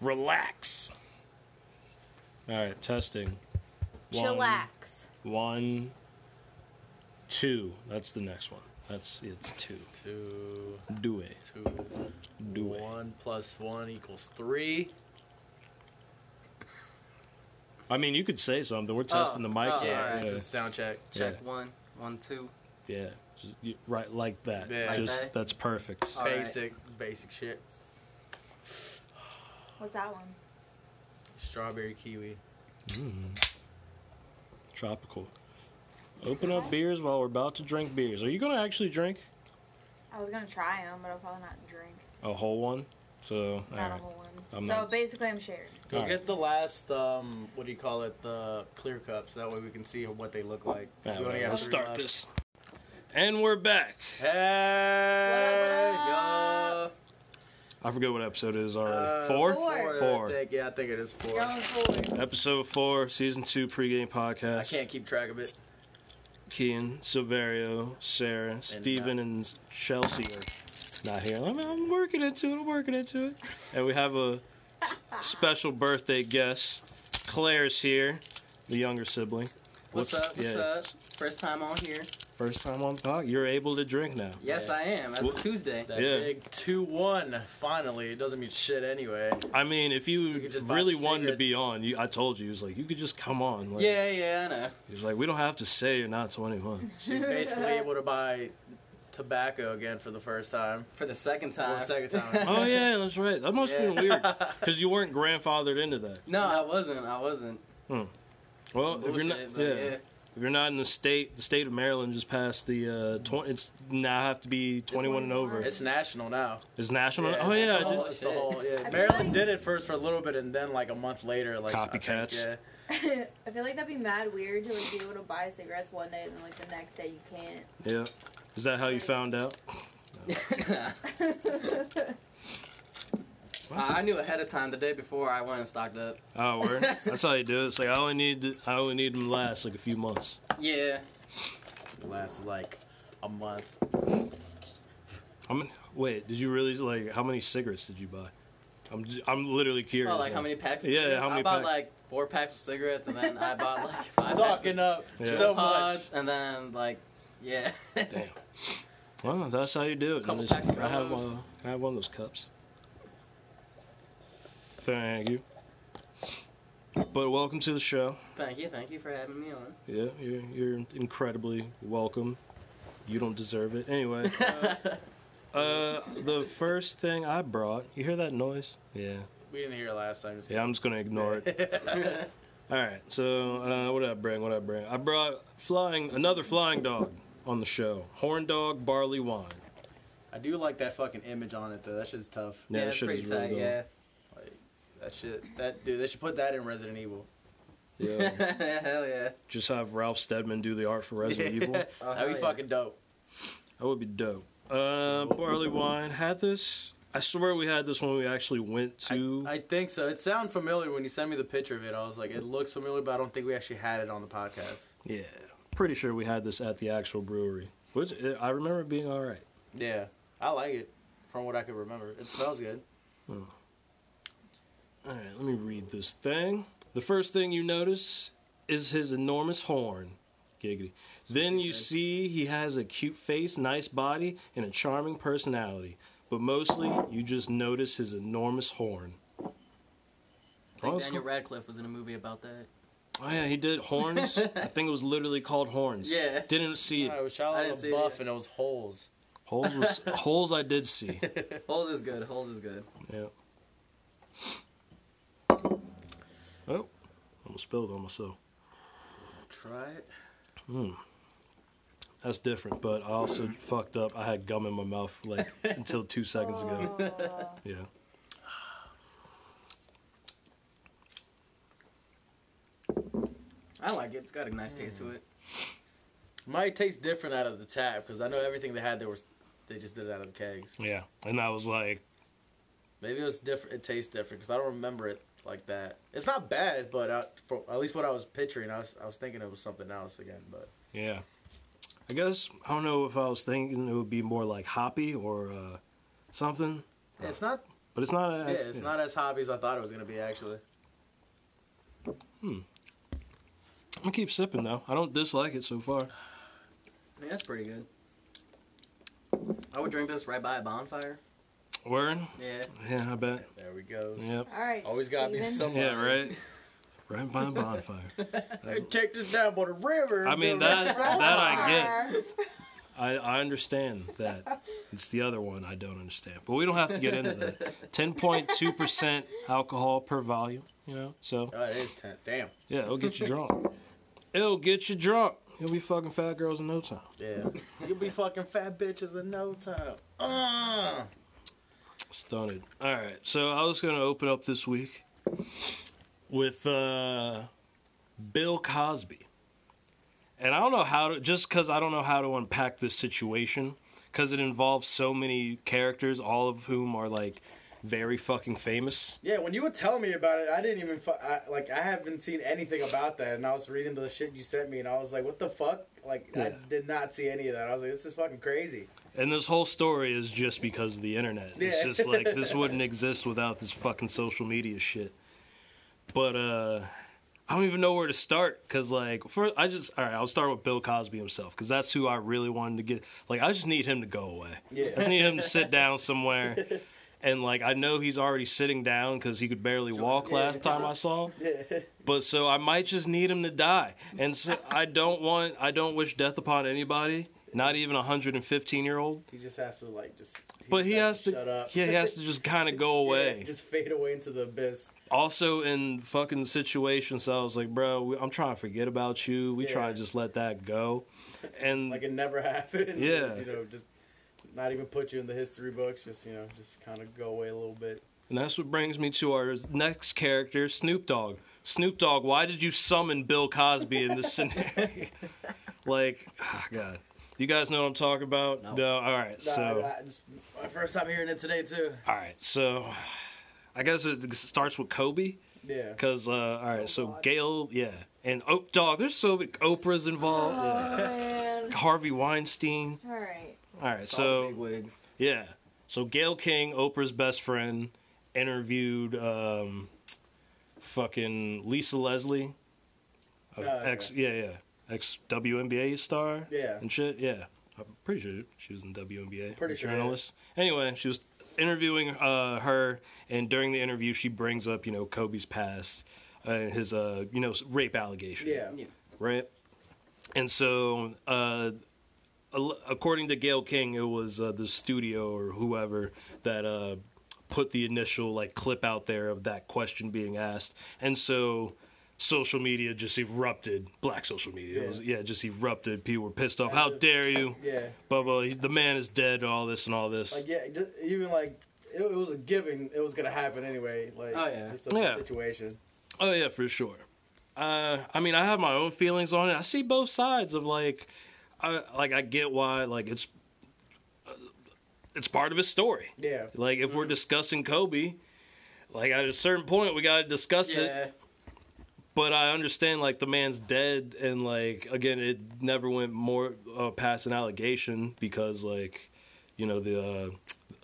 Relax. All right, testing. One, Chillax. One, two. That's the next one. That's it's two. Two, Do it. two, Do it. one plus one equals three. I mean, you could say something. We're testing the mics. oh, out. Yeah, alright. it's yeah. a sound check. Check Yeah. one, one, two. Yeah. Just, you, right, like that. Yeah. Like Just that? that's perfect. All right. basic, basic shit. What's that one? Strawberry kiwi. Mm. Tropical. Open up beers while we're about to drink beers. Are you gonna actually drink I was gonna try them, but I'll probably not drink. a whole one? So all Not a right. whole one. I'm so not- basically, I'm shared. Go All right. get the last, um, what do you call it, the clear cups. That way we can see what they look like. 'Cause All we only right, have let's three start left. this. And we're back. Hey! What up, I forget what episode it is yo. already. Uh, four? Four. Four. I think. Yeah, I think it is four. Going forward. Episode four, season two, pregame podcast. I can't keep track of it. Kean, Silverio, Sarah, uh, Steven, and Chelsea are not here. I'm, I'm working into it. I'm working into it. And we have a special birthday guest. Claire's here, the younger sibling. What's, What's- up? What's yeah. up? First time on here. First time on the pod. You're able to drink now. Yes, Yeah. I am. That's Well- Tuesday. That Yeah. big 2 1, finally. It doesn't mean shit anyway. I mean, if you could just buy really wanted to be cigarettes. on, you, I told you, he was like, you could just come on. Like, yeah, yeah, I know. He was like, we don't have to say you're not 21. She's basically able to buy tobacco again for the first time. For the second Or time. the second time. oh, yeah, that's right. That must have been weird. Because you weren't grandfathered into that. No, I wasn't. I wasn't. Well, Some if you're not, bullshit, but yeah. If you're not in the state, the state of Maryland just passed the uh, twenty. It's now have to be 21 and over. It's national now. It's national. Yeah, oh yeah, I it's the did- whole- it's the whole- yeah. I'm Maryland sorry. did it first for a little bit, and then like a month later, like I think, Copycats. yeah, I feel like that'd be mad weird to like be able to buy cigarettes one day and then like the next day you can't. yeah. Is that how you found out? yeah. I I knew ahead of time the day before I went and stocked up. Oh, word. That's how you do it. It's like I only need to, I only need them to last like a few months. Yeah. It lasts like a month. How many? Wait, did you really like how many cigarettes did you buy? I'm j- I'm literally curious. Oh, like how now. many packs? Of Yeah, cigarettes? how many I bought packs? like four packs of cigarettes, and then I bought like five packs Stocking of up Yeah. so much. pods, and then like yeah. Damn. Well, that's how you do it. Couple Just- packs of I have Rolos. one. I have one of those cups. Thank you. But welcome to the show. thank you, thank you for having me on. Yeah, you're, you're incredibly welcome. You don't deserve it. Anyway, uh, uh, the first thing I brought, you hear that noise? Yeah. We didn't hear it last time. Yeah, I'm just going to ignore it. All right, so uh, what did I bring? What did I bring? I brought flying another flying dog on the show. Horn dog barley wine. I do like that fucking image on it though. That shit's tough. Yeah, that it's shit pretty is tight. really dope. yeah. That shit. That dude. They should put that in Resident Evil. Yeah. Hell yeah. Just have Ralph Steadman do the art for Resident Yeah. Evil. That Oh, hell That'd be yeah. fucking dope. would be dope. Uh, barley wine had this. I swear we had this when we actually went to. I think so. It sounded familiar when you sent me the picture of it. I was like, it looks familiar, but I don't think we actually had it on the podcast. yeah, pretty sure we had this at the actual brewery, which uh, I remember being all right. Yeah, I like it. From what I could remember, it smells good. All right, let me read this thing. The first thing you notice is his enormous horn. Giggity. Then you see he has a cute face, nice body, and a charming personality. But mostly, you just notice his enormous horn. I think Oh, it's Daniel cool. Radcliffe was in a movie about that. Oh yeah, he did horns. I think it was literally called horns. Yeah. Didn't see I it. was shallow I didn't and see buff, it. and it was holes. Holes was, holes I did see. Holes is good. Holes is good. Yeah. Oh, almost spilled on myself. Try it. That's different, but I also fucked up. I had gum in my mouth like until two seconds ago. Oh. Yeah. I like it. It's got a nice taste Mm. to it. Might taste different out of the tap because I know everything they had there was they just did it out of the kegs. Yeah. And I was like, Maybe it was different. It tastes different because I don't remember it like that. It's not bad, but I, for at least what I was picturing, I was I was thinking it was something else again. But yeah. I guess I don't know if I was thinking it would be more like hoppy or uh, something. it's not But it's not. A, Yeah, it's not as hobby as I thought it was gonna be actually. I'm gonna keep sipping though. I don't dislike it so far. I mean, that's pretty good. I would drink this right by a bonfire. Word? Yeah. Yeah, I bet. There we go. Yep. All right. Always got me Steven. some. Yeah, right. Right by a bonfire. Hey, take this down by the river. I mean that Right that I get. there. I, I understand that. It's the other one I don't understand. But we don't have to get into that. Ten point two percent alcohol per volume, you know? So Oh, it is ten. Damn. yeah, it'll get you drunk. It'll get you drunk. You'll be fucking fat girls in no time. Yeah. You'll be fucking fat bitches in no time. Uh, Stunted. All right, so I was going to open up this week with uh, Bill Cosby, and I don't know how to just because I don't know how to unpack this situation because it involves so many characters, all of whom are like very fucking famous. yeah, when you were telling me about it, I didn't even fu- I, like I haven't seen anything about that, and I was reading the shit you sent me, and I was like, what the fuck? Like I Yeah. did not see any of that. I was like, this is fucking crazy. And this whole story is just because of the internet. It's Yeah. just like this wouldn't exist without this fucking social media shit. But uh I don't even know where to start cuz like first I just all right, I'll start with Bill Cosby himself cuz that's who I really wanted to get like I just need him to go away. Yeah. I just need him to sit down somewhere. And like I know he's already sitting down cuz he could barely walk yeah. last time I saw. him. But so I might just need him to die. And so I don't want I don't wish death upon anybody, not even a 115-year-old. He just has to like just. But he just has to, shut up. yeah, he has to just kind of go away. Yeah, just fade away into the abyss. also, in fucking situations, I was like, bro, we, I'm trying to forget about you. We try Yeah. to just let that go, and like it never happened. Yeah. Just, you know, just not even put you in the history books. Just you know, just kind of go away a little bit. and that's what brings me to our next character, Snoop Dogg. Snoop Dogg, why did you summon Bill Cosby in this scenario? like, ah, God, you guys know what I'm talking about? No. all right, Nah, so. nah, it's my first time hearing it today too. All right, so I guess it starts with Kobe Yeah. because uh, all right, so God. Gail, yeah, and oh, dog, there's so many Oprah's involved, Oh, man. Harvey Weinstein. All right. All right, It's all the big so wigs. yeah, so Gail King, Oprah's best friend, interviewed um, fucking Lisa Leslie, of Oh, okay. ex yeah yeah ex WNBA star Yeah. and shit yeah. I'm pretty sure she was in WNBA. Pretty a sure, yeah. journalist. Anyway, she was interviewing uh, her, and during the interview, she brings up you know Kobe's past and his uh you know rape allegation. Yeah. Yeah. Right. And so, uh, al- according to Gail King, it was uh, the studio or whoever that uh, put the initial like clip out there of that question being asked, and so social media just erupted. Black social media, yeah, it was, yeah just erupted. People were pissed off. How dare you? Yeah. Blah blah. The man is dead. All this and all this. Like yeah, just, even like it, it was a given. It was gonna happen anyway. Like Oh, yeah. just a Yeah. situation. Oh yeah, for sure. Uh, I mean, I have my own feelings on it. I see both sides of like, I like I get why like it's uh, it's part of his story. Yeah. Like if Mm-hmm. we're discussing Kobe, like at a certain point we gotta discuss it. Yeah. But I understand like the man's dead, and like again, it never went more uh, past an allegation because like you know the uh,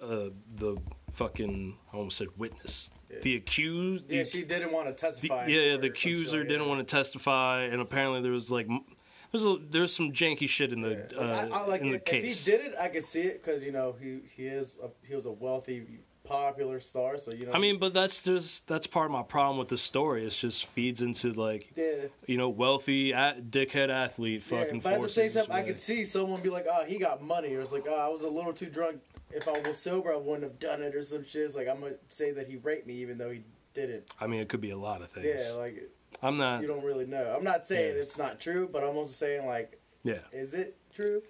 uh, the fucking I almost said witness, Yeah. the accused, Yeah, the she didn't want to the, testify. yeah, yeah, the accuser didn't want to testify, and apparently there was like m- there's a, there's some janky shit in the Like, I, I, uh, like in the if, if case. he did it, I could see it because you know he he is a, he was a wealthy, popular star. So you know. I mean, but that's just that's part of my problem with the story. It's just feeds into like Yeah. you know wealthy a dickhead athlete Yeah, fucking. but at the forces same time, his I way. could see someone be like, "Oh, he got money," or it's like, "Oh, I was a little too drunk. If I was sober, I wouldn't have done it," or some shit. It's like I'm gonna say that he raped me, even though he didn't. I mean, it could be a lot of things. Yeah, like I'm not. you don't really know. I'm not saying Yeah. it's not true, but I'm also saying like, Yeah, is it true?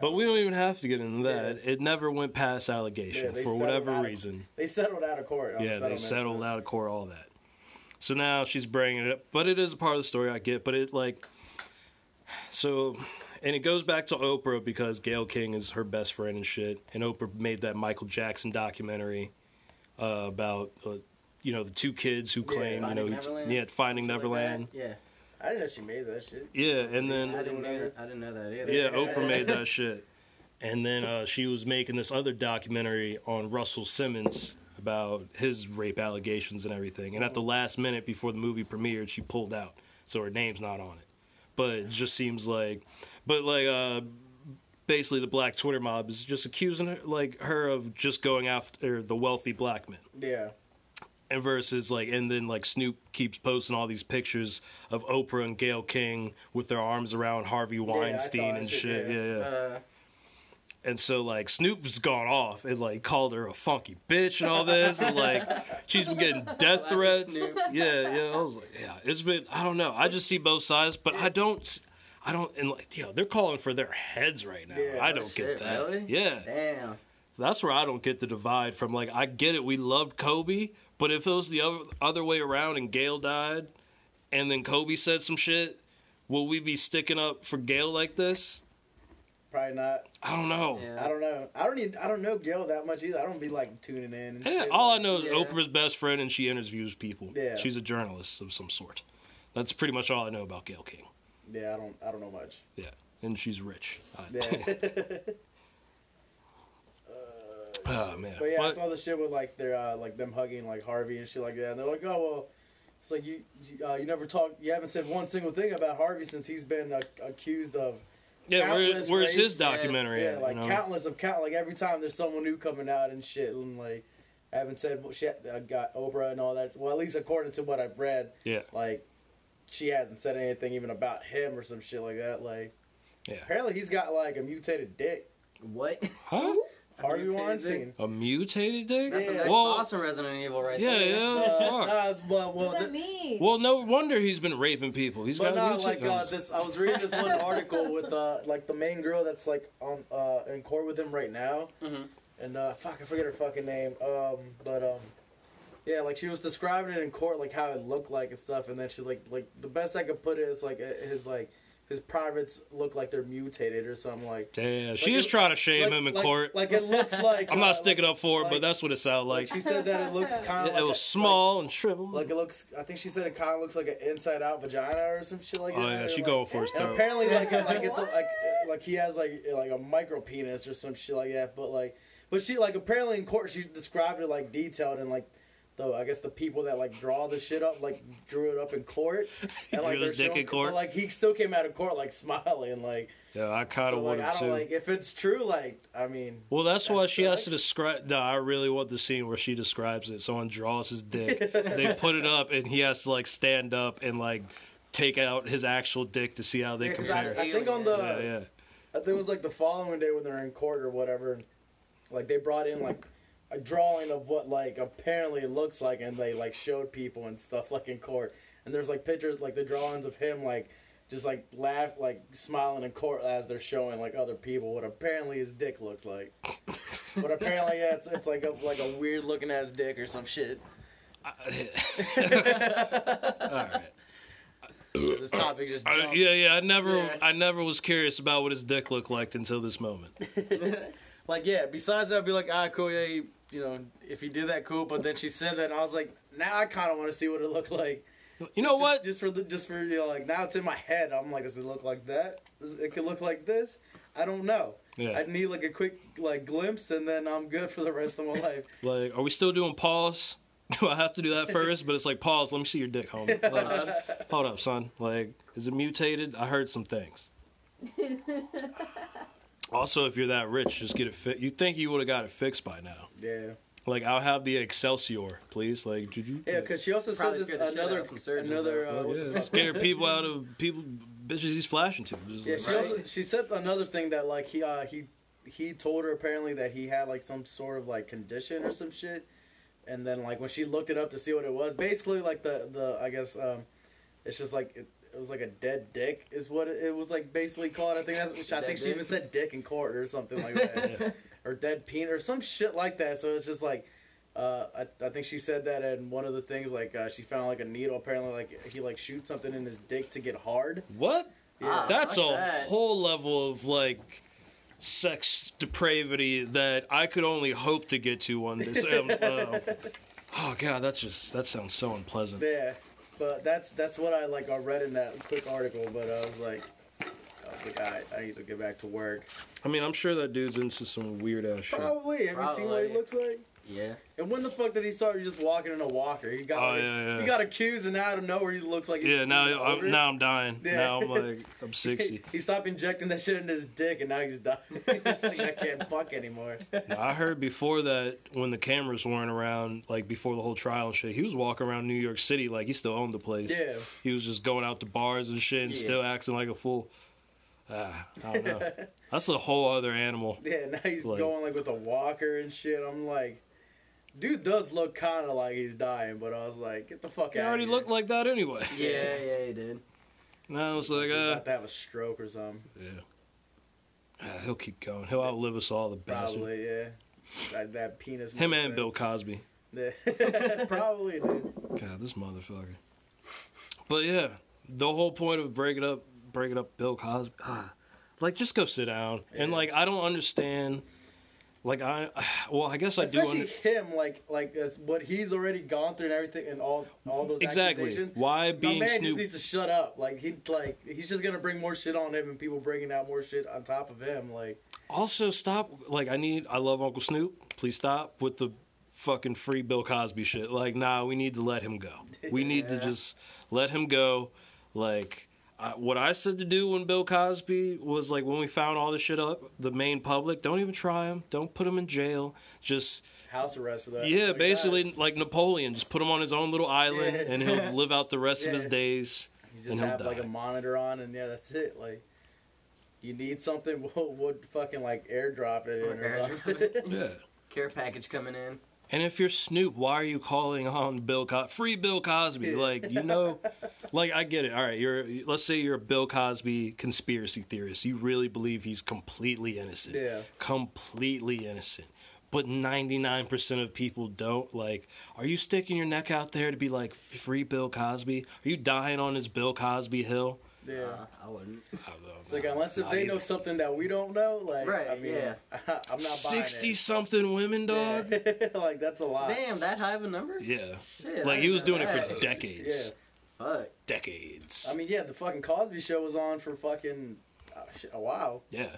but we don't even have to get into that. It never went past Yeah, allegation they for settled whatever out of- reason. They settled out of court. On yeah, they settlement, settled so- out of court, all that. So now she's bringing it up, but it is a part of the story I get. But it like, so, and it goes back to Oprah because Gail King is her best friend and shit, and Oprah made that Michael Jackson documentary uh, about. Uh, you know the two kids who claim you Finding know each- Neverland? yeah finding Something like Neverland that. yeah. I didn't know she made that shit. yeah and I then didn't, know, I didn't know that either. yeah, Oprah made that shit. And then uh, she was making this other documentary on Russell Simmons. I about his rape allegations and everything. And at the last minute before the movie premiered, she pulled out, so her name's not on it. But it just seems like, but like, uh, basically the black Twitter mob is just accusing her, like her of just going after the wealthy black men Yeah. and versus like and then like Snoop keeps posting all these pictures of Oprah and Gail King with their arms around Harvey Weinstein that and shit, shit. yeah. Yeah, yeah. Uh, and so like Snoop's gone off and like called her a funky bitch and all this and like she's been getting death Classic threats. Snoop. Yeah, yeah. I was like, yeah, it's been I don't know. I just see both sides, but I don't s- I don't and like yo, they're calling for their heads right now. Yeah, I oh, don't get shit, that. really? Yeah. damn. That's where I don't get the divide from. Like, I get it, we loved Kobe, but if it was the other, other way around and Gail died and then Kobe said some shit, will we be sticking up for Gail like this? Probably not. I don't know. Yeah. Yeah. I don't know. I don't even. I don't know Gail that much either. I don't be like tuning in. And shit. all I like- know is Yeah. Oprah's best friend and she interviews people. Yeah. She's a journalist of some sort. That's pretty much all I know about Gail King. Yeah, I don't. I don't know much. Yeah. And she's rich. Uh, I- Yeah. oh, man. But yeah, I But- saw the shit with like their uh, like them hugging like Harvey and shit like that. And they're like, oh well, it's like you you, uh, you never talk, you haven't said one single thing about Harvey since he's been uh, accused of yeah, where, countless where's his rapes. Yeah, documentary yeah, at? like you know? countless of count like every time there's someone new coming out and shit and like I haven't said well, shit I got Oprah and all that. Well, at least according to what I've read, yeah. like she hasn't said anything even about him or some shit like that. Like Yeah. apparently he's got like a mutated dick. What? Huh? Harvey mutated dick? Weinstein. A mutated dick? That's the next Well, boss in Resident Evil, right Yeah, there. yeah. Uh, fuck. nah, well, well, What does th- that mean? Well, no wonder he's been raping people. He's got But not new like chick- uh, this. I was reading this one article with uh, like the main girl that's like on uh, in court with him right now, Mm-hmm. Mhm. and uh, fuck, I forget her fucking name. Um, but um, yeah, like she was describing it in court, like how it looked like and stuff, and then she's like, like the best I could put it is like uh, his like his privates look like they're mutated or something like. Damn, she like is it- trying to shame like, him in like- court. Like it looks like. I'm uh, not sticking up for it, like- but that's what it sounded Like, like. like she said that it looks kind it, of. it like a- was like- small and shriveled. Like, it looks. I think she said it kind of looks like an inside out vagina or some shit like oh that. yeah, or, she like- going for his And throat. apparently, like, like it's a, What? like like he has like like a micro penis or some shit like that. But like, but she like apparently in court she described it like detailed and like the I guess the people that like draw the shit up like drew it up in court and like Drew his they're dick in showing- court? But, like he still came out of court like smiling like Yeah, I kind so, of like, wanted I to. don't like if it's true like I mean well, that's, why That's she has to right. describe. No, I really want the scene where she describes it. Someone draws his dick. they put it up, and he has to like stand up and like take out his actual dick to see how they because compare. I, I think on the yeah, yeah. I think it was like the following day when they're in court or whatever. and, Like they brought in like a drawing of what like apparently it looks like, and they like showed people and stuff like in court. And there's like pictures, like the drawings of him like just like laugh, like smiling in court as they're showing like other people what apparently his dick looks like. but apparently, yeah, it's it's like a like a weird looking ass dick or some shit. All right. This topic just I- jumped. Uh, yeah, yeah. I never, Yeah. I never was curious about what his dick looked like until this moment. Like yeah. Besides that, I'd be like, ah, cool, yeah, he, you know, if he did that, cool. But then she said that, and I was like, now I kind of want to see what it looked like. You know Just- what? Just for the, just for you know, like now it's in my head. I'm like, does it look like that? Does- it could look like this. I don't know. Yeah. I'd need like a quick like glimpse, and then I'm good for the rest of my life. Like, are we still doing pause? Do I have to do that first? But it's like pause. Let me see your dick, homie. Like, hold up, son. Like, is it mutated? I heard some things. also, if you're that rich, just get it fit. You think you would have got it fixed by now? Yeah. Like, I'll have the Excelsior, please. Like, did you? Yeah, because she also Probably said this scared the shit out another of some surgeons, another. though. Uh, what the Oh, Yeah, fuck- scare people out of people, bitches he's flashing to. Just Yeah, like- she Right. also she said another thing that like he uh, he he told her apparently that he had like some sort of like condition or some shit, and then like when she looked it up to see what it was, basically like the the I guess um, it's just like it, it was like a dead dick is what it, it was like basically called. I think that's I Dead think she dick? even said dick in court or something like that, or dead penis or some shit like that. So it's just like. Uh, I, I think she said that, and one of the things like uh, she found like a needle. Apparently, like he like shoots something in his dick to get hard. What? Oh, Yeah. That's Fuck a that. whole level of like sex depravity that I could only hope to get to one day. So, um, uh, oh god, that's just that sounds so unpleasant. Yeah, but that's that's what I like. I read in that quick article, but I was like, I was like, all right, I need to get back to work. I mean, I'm sure that dude's into some weird ass shit. Probably. Have you seen what he Probably. looks like? Yeah. And when the fuck did he start just walking in a walker? He got Oh, like- yeah, yeah. he got accused and out of nowhere he looks like he's Yeah, now over it. I'm, now I'm dying. Yeah. Now I'm like I'm 60. He stopped injecting that shit in his dick and now he's dying. he's like, I can't fuck anymore. Now, I heard before that when the cameras weren't around, like before the whole trial and shit, he was walking around New York City like he still owned the place. Yeah. He was just going out to bars and shit and Yeah. still acting like a fool. Ah, I don't know. That's a whole other animal. Yeah, now he's Like- going like with a walker and shit. I'm like, dude does look kind of like he's dying, but I was like, get the fuck He out. already of here. looked like that anyway. Yeah, yeah, he did. Now it's like, He uh, thought that was stroke or something. yeah. Ah, he'll keep going. He'll outlive us all, the bastard. Probably, yeah. That, that penis. Him must and have- Bill Cosby. Yeah. Probably, dude. God, this motherfucker. But yeah, the whole point of breaking up, breaking up Bill Cosby, ah, like just go sit down. And Yeah. like, I don't understand. Like I, well, I guess I do. Especially Under- him, like like as what he's already gone through and everything, and all all those exactly. accusations. Why My being man Snoop? just needs to shut up. Like he like he's just gonna bring more shit on him, and people bringing out more shit on top of him. Like also, stop. Like I need. I love Uncle Snoop. Please stop with the fucking free Bill Cosby shit. Like, nah, we need to let him go. We need to Yeah. just let him go. Like. I, what I said to do when Bill Cosby was like when we found all this shit up, the main public, don't even try him, don't put him in jail, just house arrest. Of that. yeah, Like, basically guys, like Napoleon, just put him on his own little island Yeah. and he'll live out the rest of his Yeah. days. you and just he'll have like die. a monitor on, and yeah, that's it. Like you need something, we'll, we'll fucking like airdrop it in or Airdrop something. Yeah. Care package coming in. And if you're Snoop, why are you calling on Bill Co- free Bill Cosby? Yeah. Like you know, like I get it. All right, you're let's say you're a Bill Cosby conspiracy theorist. You really believe he's completely innocent. Yeah. completely innocent. But 99% of people don't. Like, are you sticking your neck out there to be like free Bill Cosby? Are you dying on this Bill Cosby hill? yeah. Uh, I wouldn't. I don't know. it's like unless if Not they either. know something that we don't know, like Right, I mean, yeah. I'm not buying sixty it. something women, Yeah. dog. like that's a lot. Damn, that high of a number? Yeah, Shit, I like he didn't was know doing it that. for decades, Yeah. Fuck. decades. I mean, yeah, the fucking Cosby Show was on for fucking uh, shit, a while. yeah,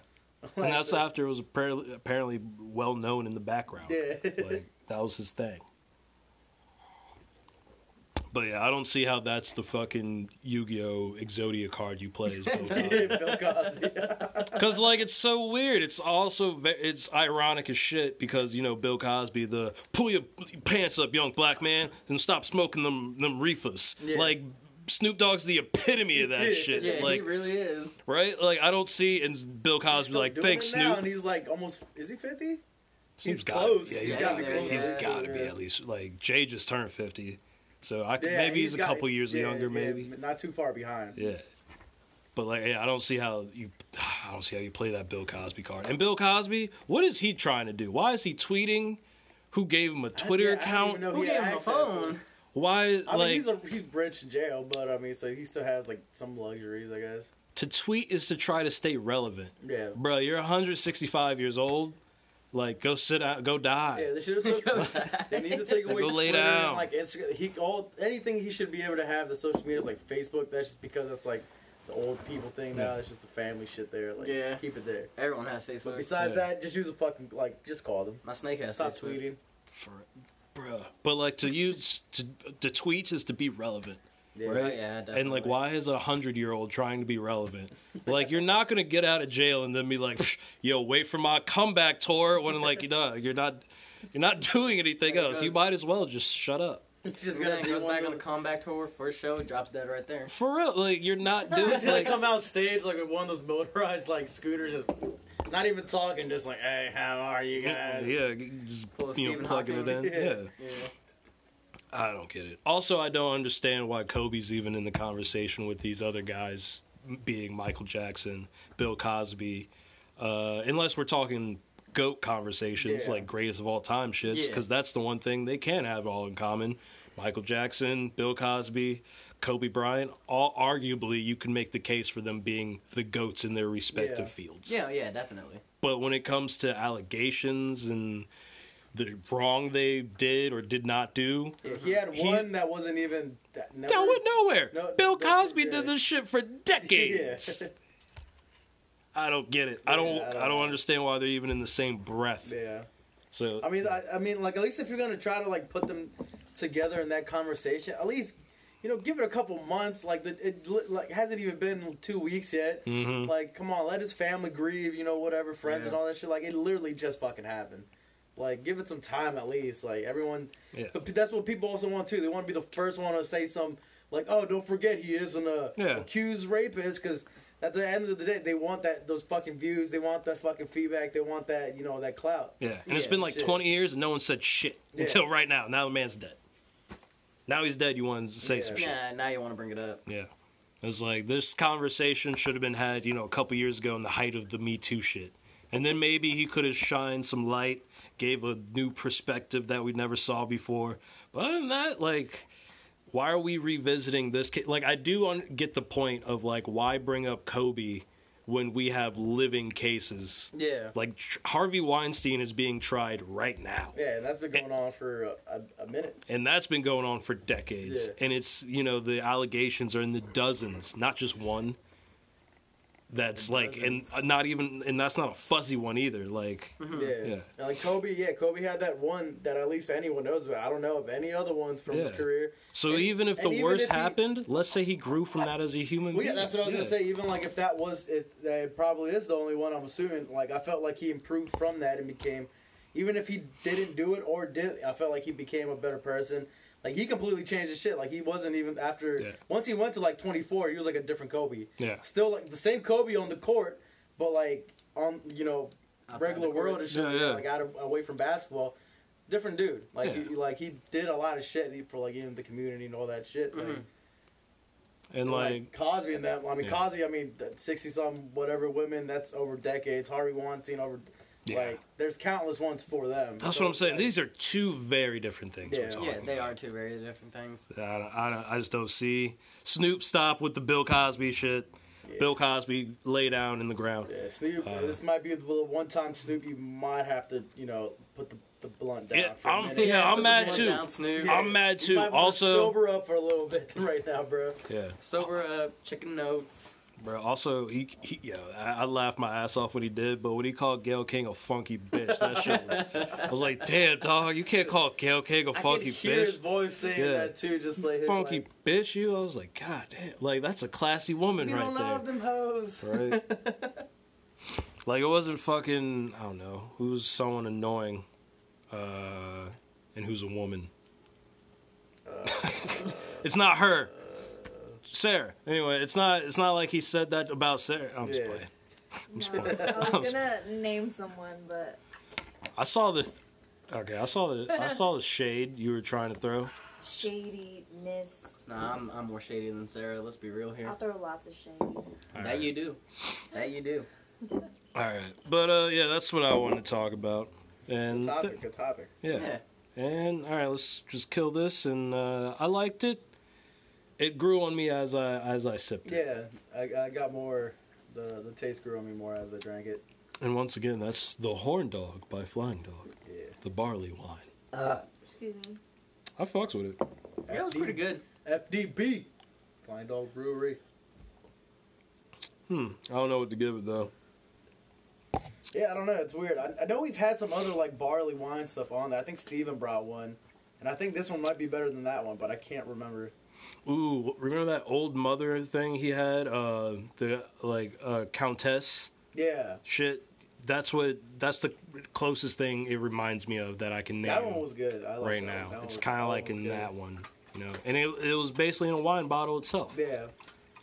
and that's after it was apparently, apparently well known in the background. Yeah. like that was his thing. But yeah, I don't see how that's the fucking Yu-Gi-Oh Exodia card you play as Bill Cosby. Bill Cosby. Cause like it's so weird. It's also ve- it's ironic as shit because you know Bill Cosby, the pull your pants up, young black man, and stop smoking them them reefers. Yeah. Like Snoop Dogg's the epitome of that Yeah. shit. Yeah, he like really is. right? Like I don't see and Bill Cosby Still like doing thanks it now, Snoop. And he's like almost, is he 50? Snoop's he's gotta- close. Yeah, He's he's gotta got be close, He's yeah. got to be Yeah. at least like Jay just turned fifty, so I could Yeah, maybe he's, a got- couple years yeah, younger, yeah, maybe. Not too far behind. Yeah. But like, yeah, I don't see how you, I don't see how you play that Bill Cosby card. And Bill Cosby, what is he trying to do? Why is he tweeting? Who gave him a Twitter yeah, I don't even account? know if Who he gave had him a access to phone? it. Why, I mean, like, he's a, he's rich in jail, but I mean, so he still has like some luxuries, I guess. to tweet is to try to stay relevant, Yeah. bro. You're 165 years old. Like, go sit out, go die. Yeah, they should have took. they need to take away Go lay Twitter and, down. like Instagram. He all anything he should be able to have the social media is like Facebook. That's just because that's like the old people Hmm. thing now. It's just the family shit there. Like, Yeah. just keep it there. Everyone has But Facebook. besides Yeah. that, just use a fucking like. Just call them. My snake has Stop Facebook. tweeting. For, bruh. But like, to use to to tweet is to be relevant. Yeah. Oh, Right. yeah, definitely. And like, why is a hundred year old trying to be relevant? Like, you're not gonna get out of jail and then be like, "Psh, "Yo, wait for my comeback tour." When like, you know, you're not, you're not doing anything Yeah, it else. You goes- might as well just shut up. It's just Yeah, gonna it be goes one back of on the those- comeback tour, first show, drops dead right there. For real, like, you're not doing He's gonna like. come out stage like with one of those motorized like scooters, just not even talking, just like, hey, how are you guys? Yeah, just Full of you know, Stephen plugging it in. Hawking. Yeah. Yeah. I don't get it. Also, I don't understand why Kobe's even in the conversation with these other guys, m- being Michael Jackson, Bill Cosby, uh, unless we're talking goat conversations Yeah. like greatest of all time shits, Yeah. because that's the one thing they can have all in common. Michael Jackson, Bill Cosby, Kobe Bryant, all arguably you can make the case for them being the goats in their respective Yeah. fields. yeah, yeah, definitely. But when it comes to allegations and the wrong they did or did not do, Yeah, he had He- one that wasn't even that. Never, that went nowhere. No, Bill that's- Cosby yeah. did this shit for decades. Yeah. I don't get it. I don't. Yeah, I I don't don't, know. understand why they're even in the same breath. yeah. So I mean, I, I mean, like at least if you're gonna try to like put them together in that conversation, at least you know give it a couple months. Like the, it li- like hasn't even been two weeks yet. Mhm. Like, come on, let his family grieve. You know, whatever friends and Yeah. all that shit. Like, it literally just fucking happened. Like, give it some time at least. Like everyone, Yeah. but that's what people also want too. They want to be the first one to say some like, oh, don't forget he is an uh, Yeah. accused rapist because. At the end of the day, they want that those fucking views. They want that fucking feedback. They want that you know that clout. yeah, and it's yeah, been like shit. 20 years and no one said shit Yeah. until right now. Now the man's dead. Now he's dead. You want to say Yeah. some shit? Yeah, now you want to bring it up. Yeah. It's like this conversation should have been had, you know, a couple years ago in the height of the Me Too shit. And then maybe he could have shined some light, gave a new perspective that we never saw before. But other than that, like, why are we revisiting this? Ca- like, I do un- get the point of, like, why bring up Kobe when we have living cases? Yeah. Like, tr- Harvey Weinstein is being tried right now. Yeah, that's been going on for a, a, a minute. and that's been going on for decades Yeah. and it's you know the allegations are in the dozens not just one that's like and uh, not even and that's not a fuzzy one either like Yeah. Yeah. And like Kobe, yeah, Kobe had that one that at least anyone knows about. I don't know of any other ones from his Yeah. career. so And- even if and the even worst if he- happened let's say he grew from that as a human Well, yeah, being. that's what I was gonna Yeah. say. Even like if that was, it, it probably is the only one. I'm assuming. Like I felt like he improved from that and became, even if he didn't do it or did, I felt like he became a better person. Like he completely changed his shit. Like he wasn't even after Yeah. once he went to like 24, he was like a different Kobe. Yeah. Still like the same Kobe on the court, but like on you know Outside regular the court. world and shit. Yeah, you know, yeah. Like out of, away from basketball, different dude. Like Yeah. he, like he did a lot of shit for like even the community and all that shit. Mm-hmm. Like, and like, like Cosby and them. I mean, Yeah. Cosby. I mean, sixty some whatever women. That's over decades. Harvey Weinstein over. Yeah. Like, there's countless ones for them. that's So, what i'm saying like, these are two very different things we're Yeah. talking Yeah, they about. are two very different things. I, don't, I, don't, I just don't see snoop stop with the bill cosby shit Yeah. bill cosby lay down in the ground Yeah, Snoop. Uh, this might be the one time Snoop. You might have to, you know, put the, the blunt down. Yeah, for a I'm- minute. yeah, I'm put the mad blunt too. Down, Snoop. I'm mad You too. might wanna Also- sober up for a little bit right now, bro. yeah. Sober up, chicken notes. Bro, also he, he yo, I, I laughed my ass off when he did, but when he called Gail King a funky bitch, that shit was I was like, damn dog, you can't call Gail King a I funky could hear bitch. his voice saying Yeah. that too, just like his, funky Like, bitch, you I was like, God damn like that's a classy woman we right don't there. love them hoes. Right? like it wasn't fucking I don't know, who's someone annoying uh and who's a woman. it's not her. Sarah. Anyway, it's not it's not like he said that about Sarah. I'm just Yeah. playing. No, I was gonna name someone, but I saw the. Okay, I saw the. I saw the shade you were trying to throw. shadiness. Nah, I'm, I'm more shady than Sarah. Let's be real here. I'll throw lots of shade. That Alright. you do. That you do. All right, but uh, yeah, that's what I wanted to talk about. And Topic, a topic. yeah. Yeah. and all right, let's just kill this. And uh, I liked it. It grew on me as I as I sipped it. Yeah, I, I got more. The the taste grew on me more as I drank it. And once again, that's the Horn Dog by Flying Dog, Yeah. the barley wine. Excuse me. I fucks with it. Yeah, it was pretty good. FDB, Blind Dog Brewery. Hmm. I don't know what to give it though. Yeah, I don't know. It's weird. I, I know we've had some other like barley wine stuff on there. I think Steven brought one, and I think this one might be better than that one, but I can't remember. Ooh, remember that old mother thing he had? Uh, the like uh, Countess. Yeah, shit. That's what. That's the closest thing it reminds me of that I can name that one was good. I like right that one. now. That one it's was- kind that of one like was in good. that one, you know. And it, it was basically in a wine bottle itself. Yeah,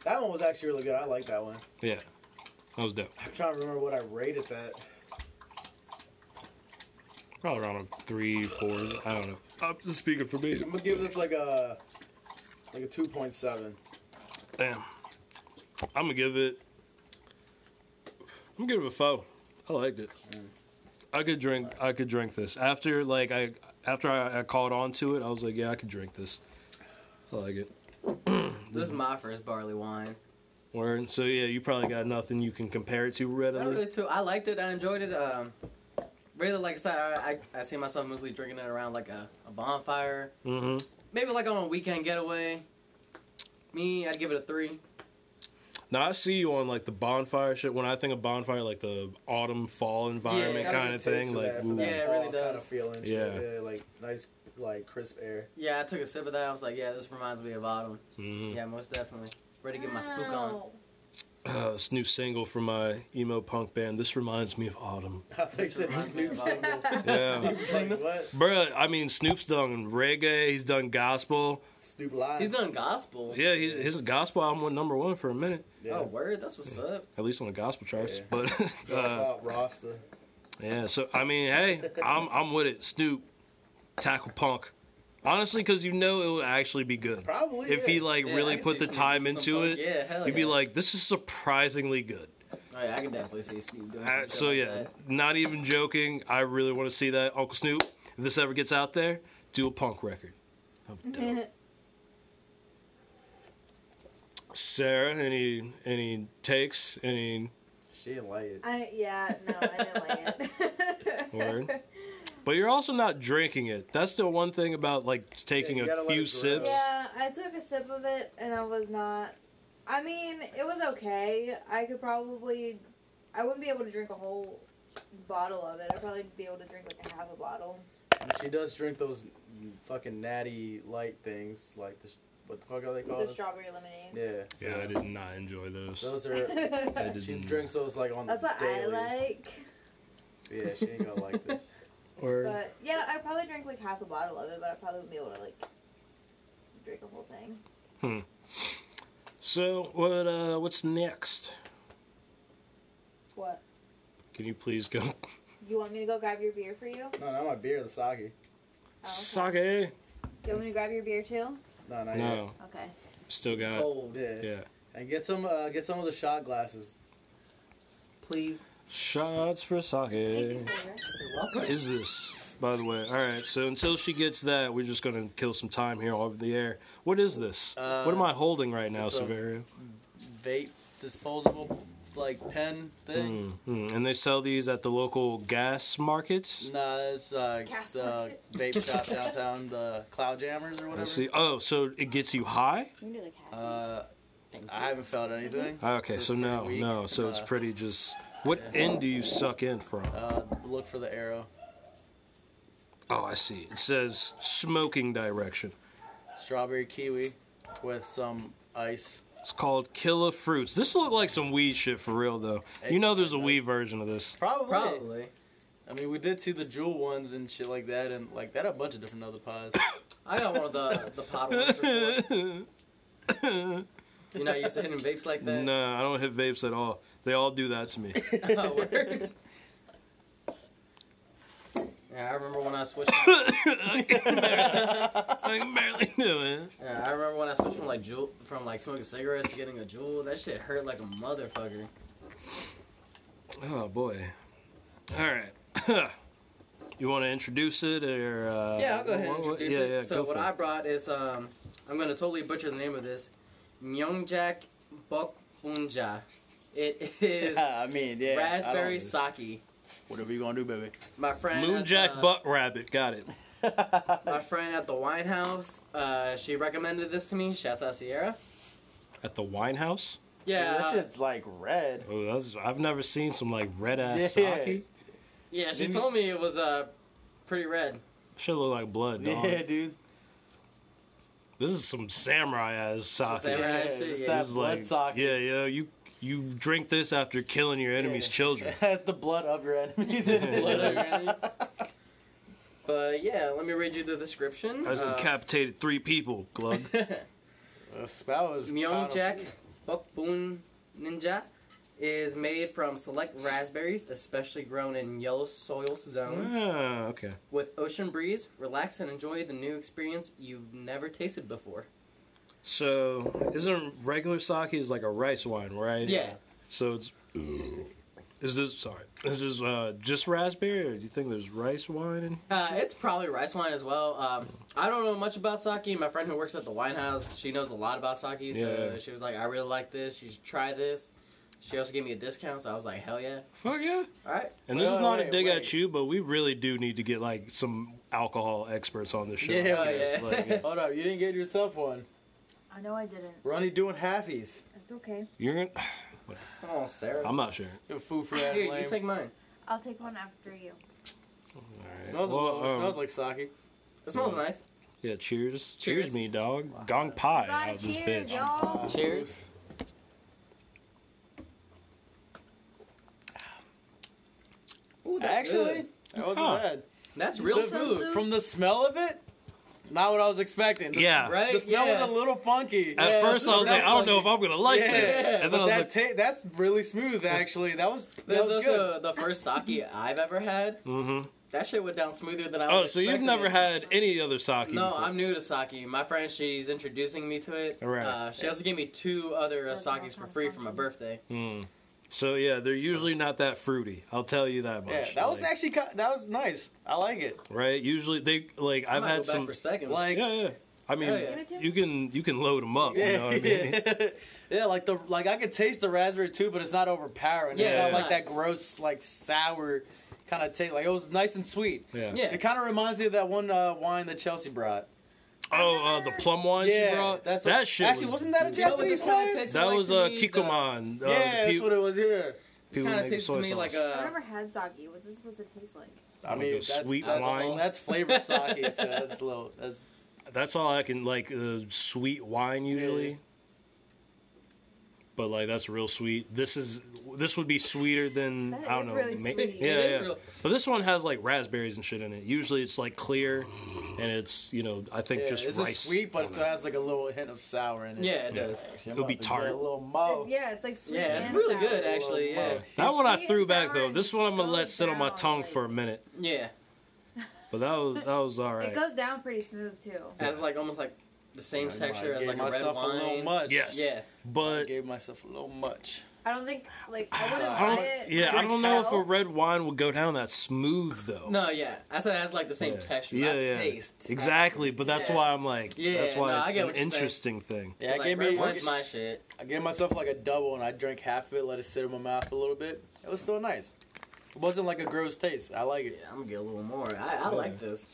that one was actually really good. I like that one. Yeah, that was dope. I'm trying to remember what I rated that. Probably around a three, four. I don't know. I'm just speaking for me. I'm gonna give this like a like a two point seven. Damn. I'm gonna give it. I'm gonna give it a four. I liked it. Mm. I could drink. I could drink this after like I after I, I caught on to it. I was like, yeah, I could drink this. I like it. This is my first barley wine. Word. So yeah, you probably got nothing you can compare it to I really readily. too. I liked it. I enjoyed it. Um, really, like I said, I, I, I see myself mostly drinking it around like a, a bonfire, hmm maybe like on a weekend getaway. Me, I'd give it a three. Now I see you on like the bonfire shit. When I think of bonfire, like the autumn fall environment Yeah. kind of thing, like ooh. that. Yeah, it really Kind does. of feeling. Yeah. Shit. yeah, like nice, like crisp air. Yeah, I took a sip of that. I was like, yeah, this reminds me of autumn. mhm. Yeah, most definitely. Ready to get my spook on. Uh, this new single from my emo punk band. This reminds me of autumn, I think This it's reminds me Snoop of single. Yeah. Snoop's like what? bruh. I mean, Snoop's done reggae. He's done gospel. Snoop live. He's done gospel. Yeah, he, his gospel album went number one for a minute, Yeah. Oh, word. That's what's up. at least on the gospel charts. Yeah. But uh, About Rasta. Yeah, so I mean, hey, I'm I'm with it. Snoop, tackle Punk, honestly, because you know it would actually be good Probably. if he yeah. like Yeah, I really can put see the some- time some into funk. it. Yeah, hell You'd be yeah. like, this is surprisingly good. oh, yeah, I can definitely see Snoop doing Uh, some so shit yeah, like that. not even joking. I really want to see that Uncle Snoop. If this ever gets out there, do a punk record. That'd be Mm-hmm. dope. Sarah, any any takes? Any She didn't like it. I yeah no I didn't like it. Word. but you're also not drinking it. That's the one thing about like taking you gotta a let few it grow. sips. Yeah, I took a sip of it and I was not. I mean, it was okay. I could probably. I wouldn't be able to drink a whole bottle of it. I'd probably be able to drink like a half a bottle. She does drink those fucking natty light things, like the sh- what the fuck are they The called? strawberry lemonade. Oh, yeah. Yeah, I did not enjoy those. Those are. I did She not. drinks those like on That's the what I daily. like. Yeah, she ain't gonna like this. Or But yeah, I probably drank like half a bottle of it, but I probably wouldn't be able to like drink a whole thing. so what? Uh, what's next? What? Can you please go? You want me to go grab your beer for you? No, not my beer, the sake. Oh, okay. Sake? You want me to grab your beer too? No, not yet. No, Okay. still got. Cold. Yeah. Yeah, And get some, uh, get some of the shot glasses. Please. shots for sake. Thank you for your- You're What welcome. is this, by the way? All right, so until she gets that, we're just gonna kill some time here over the air. What is this? Uh, what am I holding right now, it's a- Severio? Vape disposable, like pen thing. Mm, mm. And they sell these at the local gas markets. Nah, that's uh, Cast the market. vape shop downtown, the Cloud Jammers or I whatever. see. Oh, so it gets you high? You can do the cast. Uh, I haven't felt anything. Mm-hmm. Ah, Okay, It's so pretty no, weak. no. So it's Uh, pretty just. What end do you suck in from? Uh, look for the arrow. Oh, I see. It says smoking direction. Strawberry kiwi with some ice. It's called Killer Fruits. This look like some weed shit for real, though. You know there's a weed version of this. Probably. Probably. I mean, we did see the jewel ones and shit like that, and like that a bunch of different other pods. I got one of the the pot ones before. You're not used to hitting vapes like that. no, I don't hit vapes at all. They all do that to me. Oh, word. Yeah, I remember when I switched. From, I can barely, I can barely do it. yeah, I remember when I switched from like jewel, from like smoking cigarettes to getting a jewel. That shit hurt like a motherfucker. Oh boy. All right. you want to introduce it or? Uh, Yeah, I'll go ahead and what- what- introduce yeah, it. Yeah, so go what for I it. brought is um, I'm gonna totally butcher the name of this, Myeongjak Bokbunja. It is I mean, yeah. I don't raspberry know. sake. Whatever you gonna do, baby. My friend at uh, Moonjack the- Butt Rabbit. Got it. My friend at the wine house, uh, she recommended this to me. Shouts out Sierra. At the wine house. Yeah, that uh, shit's like red. Oh, that's, I've never seen some like red Yeah. ass sake. yeah. She Didn't- told me it was uh, pretty red. Should look like blood. Dog. Yeah, dude. This is some samurai ass sake. samurai- Yeah, That it's shit, yeah. This that is blood like, sake. yeah, yeah. You you drink this after killing your enemy's Yeah. children. That's the blood of your enemies. Blood on your hands. but yeah, let me read you the description. I just Uh, decapitated three people. Glug. The spell is Myeongjack Bokbun Ninja is made from select raspberries, especially grown in yellow soil zone. ah, okay. With ocean breeze, relax and enjoy the new experience you've never tasted before. So isn't regular sake is like a rice wine, right? Yeah. So it's is this sorry? Is this uh, just raspberry, or do you think there's rice wine in? Uh, it's probably rice wine as well. Um, I don't know much about sake. My friend who works at the wine house, she knows a lot about sake, so Yeah. she was like, "I really like this. You should try this." She also gave me a discount, so I was like, "Hell yeah!" Fuck yeah! All right, And this Wait, is not a wait, dig wait. at you, but we really do need to get like some alcohol experts on this show. Yeah, yeah. Like, Hold up, you didn't get yourself one. I know I didn't. We're only doing halfies. It's okay. You're gonna. Oh, Sarah. I'm not sure. You fool for that Here, you lame. take mine. I'll take one after you. All right. smells, Well, a little, um, smells like sake. It smells Mm. nice. Yeah, cheers. cheers. Cheers. me, dog. Gong pie out Gotta of this cheers, bitch. y'all. Cheers. Ooh, that's Actually, good. that wasn't Huh. bad. that's real The- smooth. From the smell of it, not what I was expecting. The, Yeah. Right? The smell yeah. was a little funky. At Yeah, first, I was that's like, I don't know if funky. I'm gonna like yeah, this. And but then I was that like, ta- that's really smooth. Actually, that was that This was was good. uh, the first sake I've ever had. mm-hmm. That shit went down smoother than I was Oh, so you've expecting never it. had any other sake? No, before. I'm new to sake. My friend, she's introducing me to it. All right. Uh, she also gave me two other uh, That's not sakes for kinda free for my funky. birthday. Mm. So yeah, they're usually not that fruity. I'll tell you that much. yeah, that was Like, actually ki- that was nice. I like it. right. Usually they like I I've might had go back some. for seconds. Like, yeah, yeah. I mean, Hell yeah. Give it to me. you can you can load them up. You know Yeah, what I mean? yeah. like the like I could taste the raspberry too, but it's not overpowering. Yeah, it's not it's like not. that gross like sour kind of taste. Like it was nice and sweet. Yeah. Yeah. It kind of reminds me of that one uh, wine that Chelsea brought. Oh, uh, the plum wine she brought. that's what- that shit. Actually, was, was not that a dude, You know what this Japanese kinda wine? tastes That like was to uh, me? The- Kikoman. uh, yeah, the that's people- what it was. Yeah. This people kind make of tastes to soy me sauce. like uh, I've a. never had sake. What's it supposed to taste like? I Like a mean, that's, sweet that's, wine. That's flavored sake, so that's low. That's That's all I can like. Uh, sweet wine usually, Yeah. but like that's real sweet. This is this would be sweeter than That I don't is know. really ma- sweet. Yeah, It is yeah. real- But this one has like raspberries and shit in it. Usually it's like clear, and it's you know I think yeah, just it's rice. just sweet, but on it still has like a little hint of sour in it. Yeah, it does. Actually, I'm It'll be about to get tart. A little mo. Oh. It's, yeah, it's like sweet. Yeah, it's and really sour. good, actually. Yeah. Wow. That one I Sweet threw and back sour though. and This one I'm gonna goes let sit on my down, tongue like- for a minute. Yeah. But that was that was all right. It goes down pretty smooth too. Has like almost like the same I texture as gave like a red myself A little wine. much. Yes. Yeah. I But gave myself a little much. I don't think like I wouldn't I I buy don't, it. yeah, I Drink don't know if hell. a red wine would go down that smooth though. No, yeah. I said it has like the same Yeah. texture. Yeah, not yeah. taste. Exactly, but that's Yeah. why I'm like, Yeah, that's why no, it's I get an what you're saying. interesting thing. Yeah, like, I gave red me. wine's my shit. I gave myself like a double, and I drank half of it, let it sit in my mouth a little bit. It was still nice. It wasn't like a gross taste. I like Yeah, it. I'm gonna get a little more. I, I like this.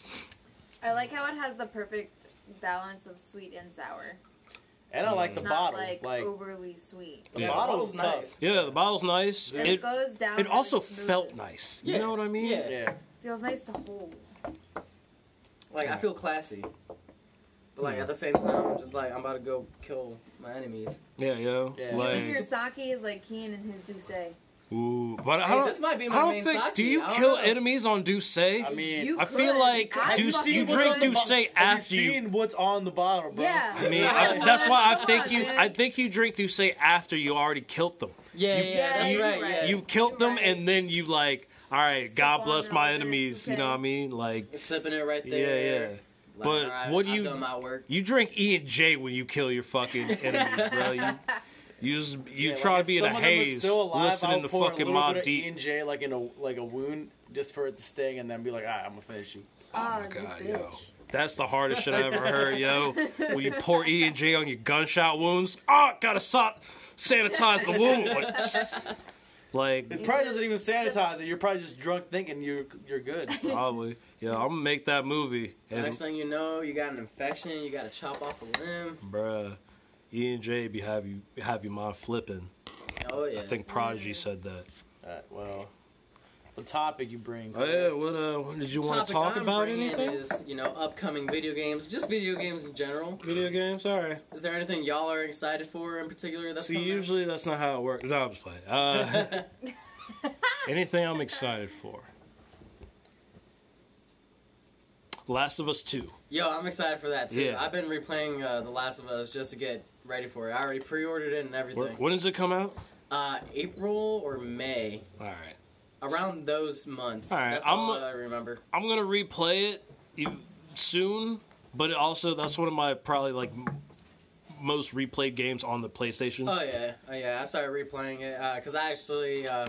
I like how it has the perfect balance of sweet and sour. And Mm. I like the It's not bottle. like, Like, overly sweet. the Yeah. bottle's Bottle's nice. nice. Yeah, the bottle's nice. And And it, It goes down. it really also smooth. felt nice. You Yeah. know what I mean? Yeah. Yeah. Feels nice to hold. Like I feel classy. But like Hmm. at the same time, I'm just like I'm about to go kill my enemies. Yeah, yo. Yeah. You think your Like, sake is like Keen and his Douce. ooh, but I Hey, don't. this might be my I don't main think. sake. Do you I don't kill know. enemies on Douce? I mean, You I feel could. like I Douce- fucking you could. drink what's on the Douce bo- after Have you- you seen what's on the bottle, bro? Yeah. I mean, I, Yeah. that's why I Come think on, you. man. I think you drink Douce after you already killed them. Yeah, You- yeah, Yeah, that's you- right. Yeah. You killed them, Right. and then you like, all right, Sip God on bless them, my and it's enemies. You okay. know what I mean? Like, sipping it right yeah, there. yeah. Like, But all right, what do I've you- done my work? You drink E and J when you kill your fucking enemies, Oh, bro. You, you, just, you Yeah, try like, to if be in a some of them are haze, still alive, I'll listening to pour a fucking little bit Mob of Deep. E&J like in a like a wound just for it to sting, and then be like, all right, I'm gonna finish you. Oh, my you God, bitch. yo. That's the hardest shit I ever heard, yo. When you pour E and J on your gunshot wounds, oh, gotta sa- sanitize the wound. Like, It like, probably doesn't even just sip- sanitize it. You're probably just drunk thinking you're you're good. probably, yeah. I'm gonna make that movie, and Next thing you know, you got an infection. You got to chop off a limb. bruh, E and J be have you have your mind flipping. Oh yeah. I think Prodigy said that. All right, well, what topic you bring? Oh yeah, what uh, what did you want Topic to talk I'm about? bringing Anything? Is you know upcoming video games, just video games in general. Video games, alright. Is there anything y'all are excited for in particular? That's See, coming out? usually that's not how it works. No, I'm just playing. Uh, anything I'm excited for? Last of Us Two. Yo, I'm excited for that too. Yeah. I've been replaying uh, The Last of Us just to get ready for it. I already pre-ordered it and Where- everything. when does it come out? Uh, April or May, All right. around those months. All right, That's I'm- all I remember. I'm gonna replay it e- soon, but it also that's one of my probably like m- most replayed games on the PlayStation. Oh yeah, oh yeah. I started replaying it because I actually uh,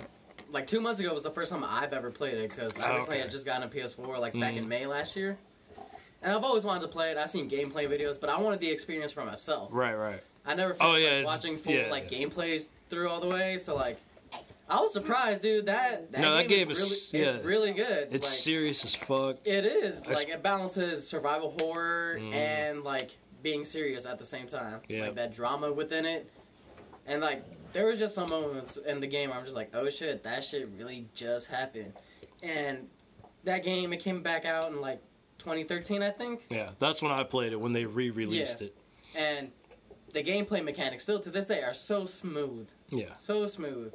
like two months ago was the first time I've ever played it because Oh, obviously okay. I just got a PS4 like back Mhm. in May last year, and I've always wanted to play it. I've seen gameplay videos, but I wanted the experience for myself. Right, right. I never Oh, finished yeah, like, it's- watching full yeah, like yeah. gameplays through all the way, so like. I was surprised, dude. That, that No, that game, game is, is- really, yeah. it's really good. It's like, serious as fuck. It is That's- like it balances survival horror Mm. and like being serious at the same time. Yeah. Like that drama within it. And like there was just some moments in the game where I'm just like, oh shit, that shit really just happened. And that game it came back out in like 2013 I think. Yeah, that's when I played it when they re-released it. And the gameplay mechanics still to this day are so smooth. Yeah, So smooth.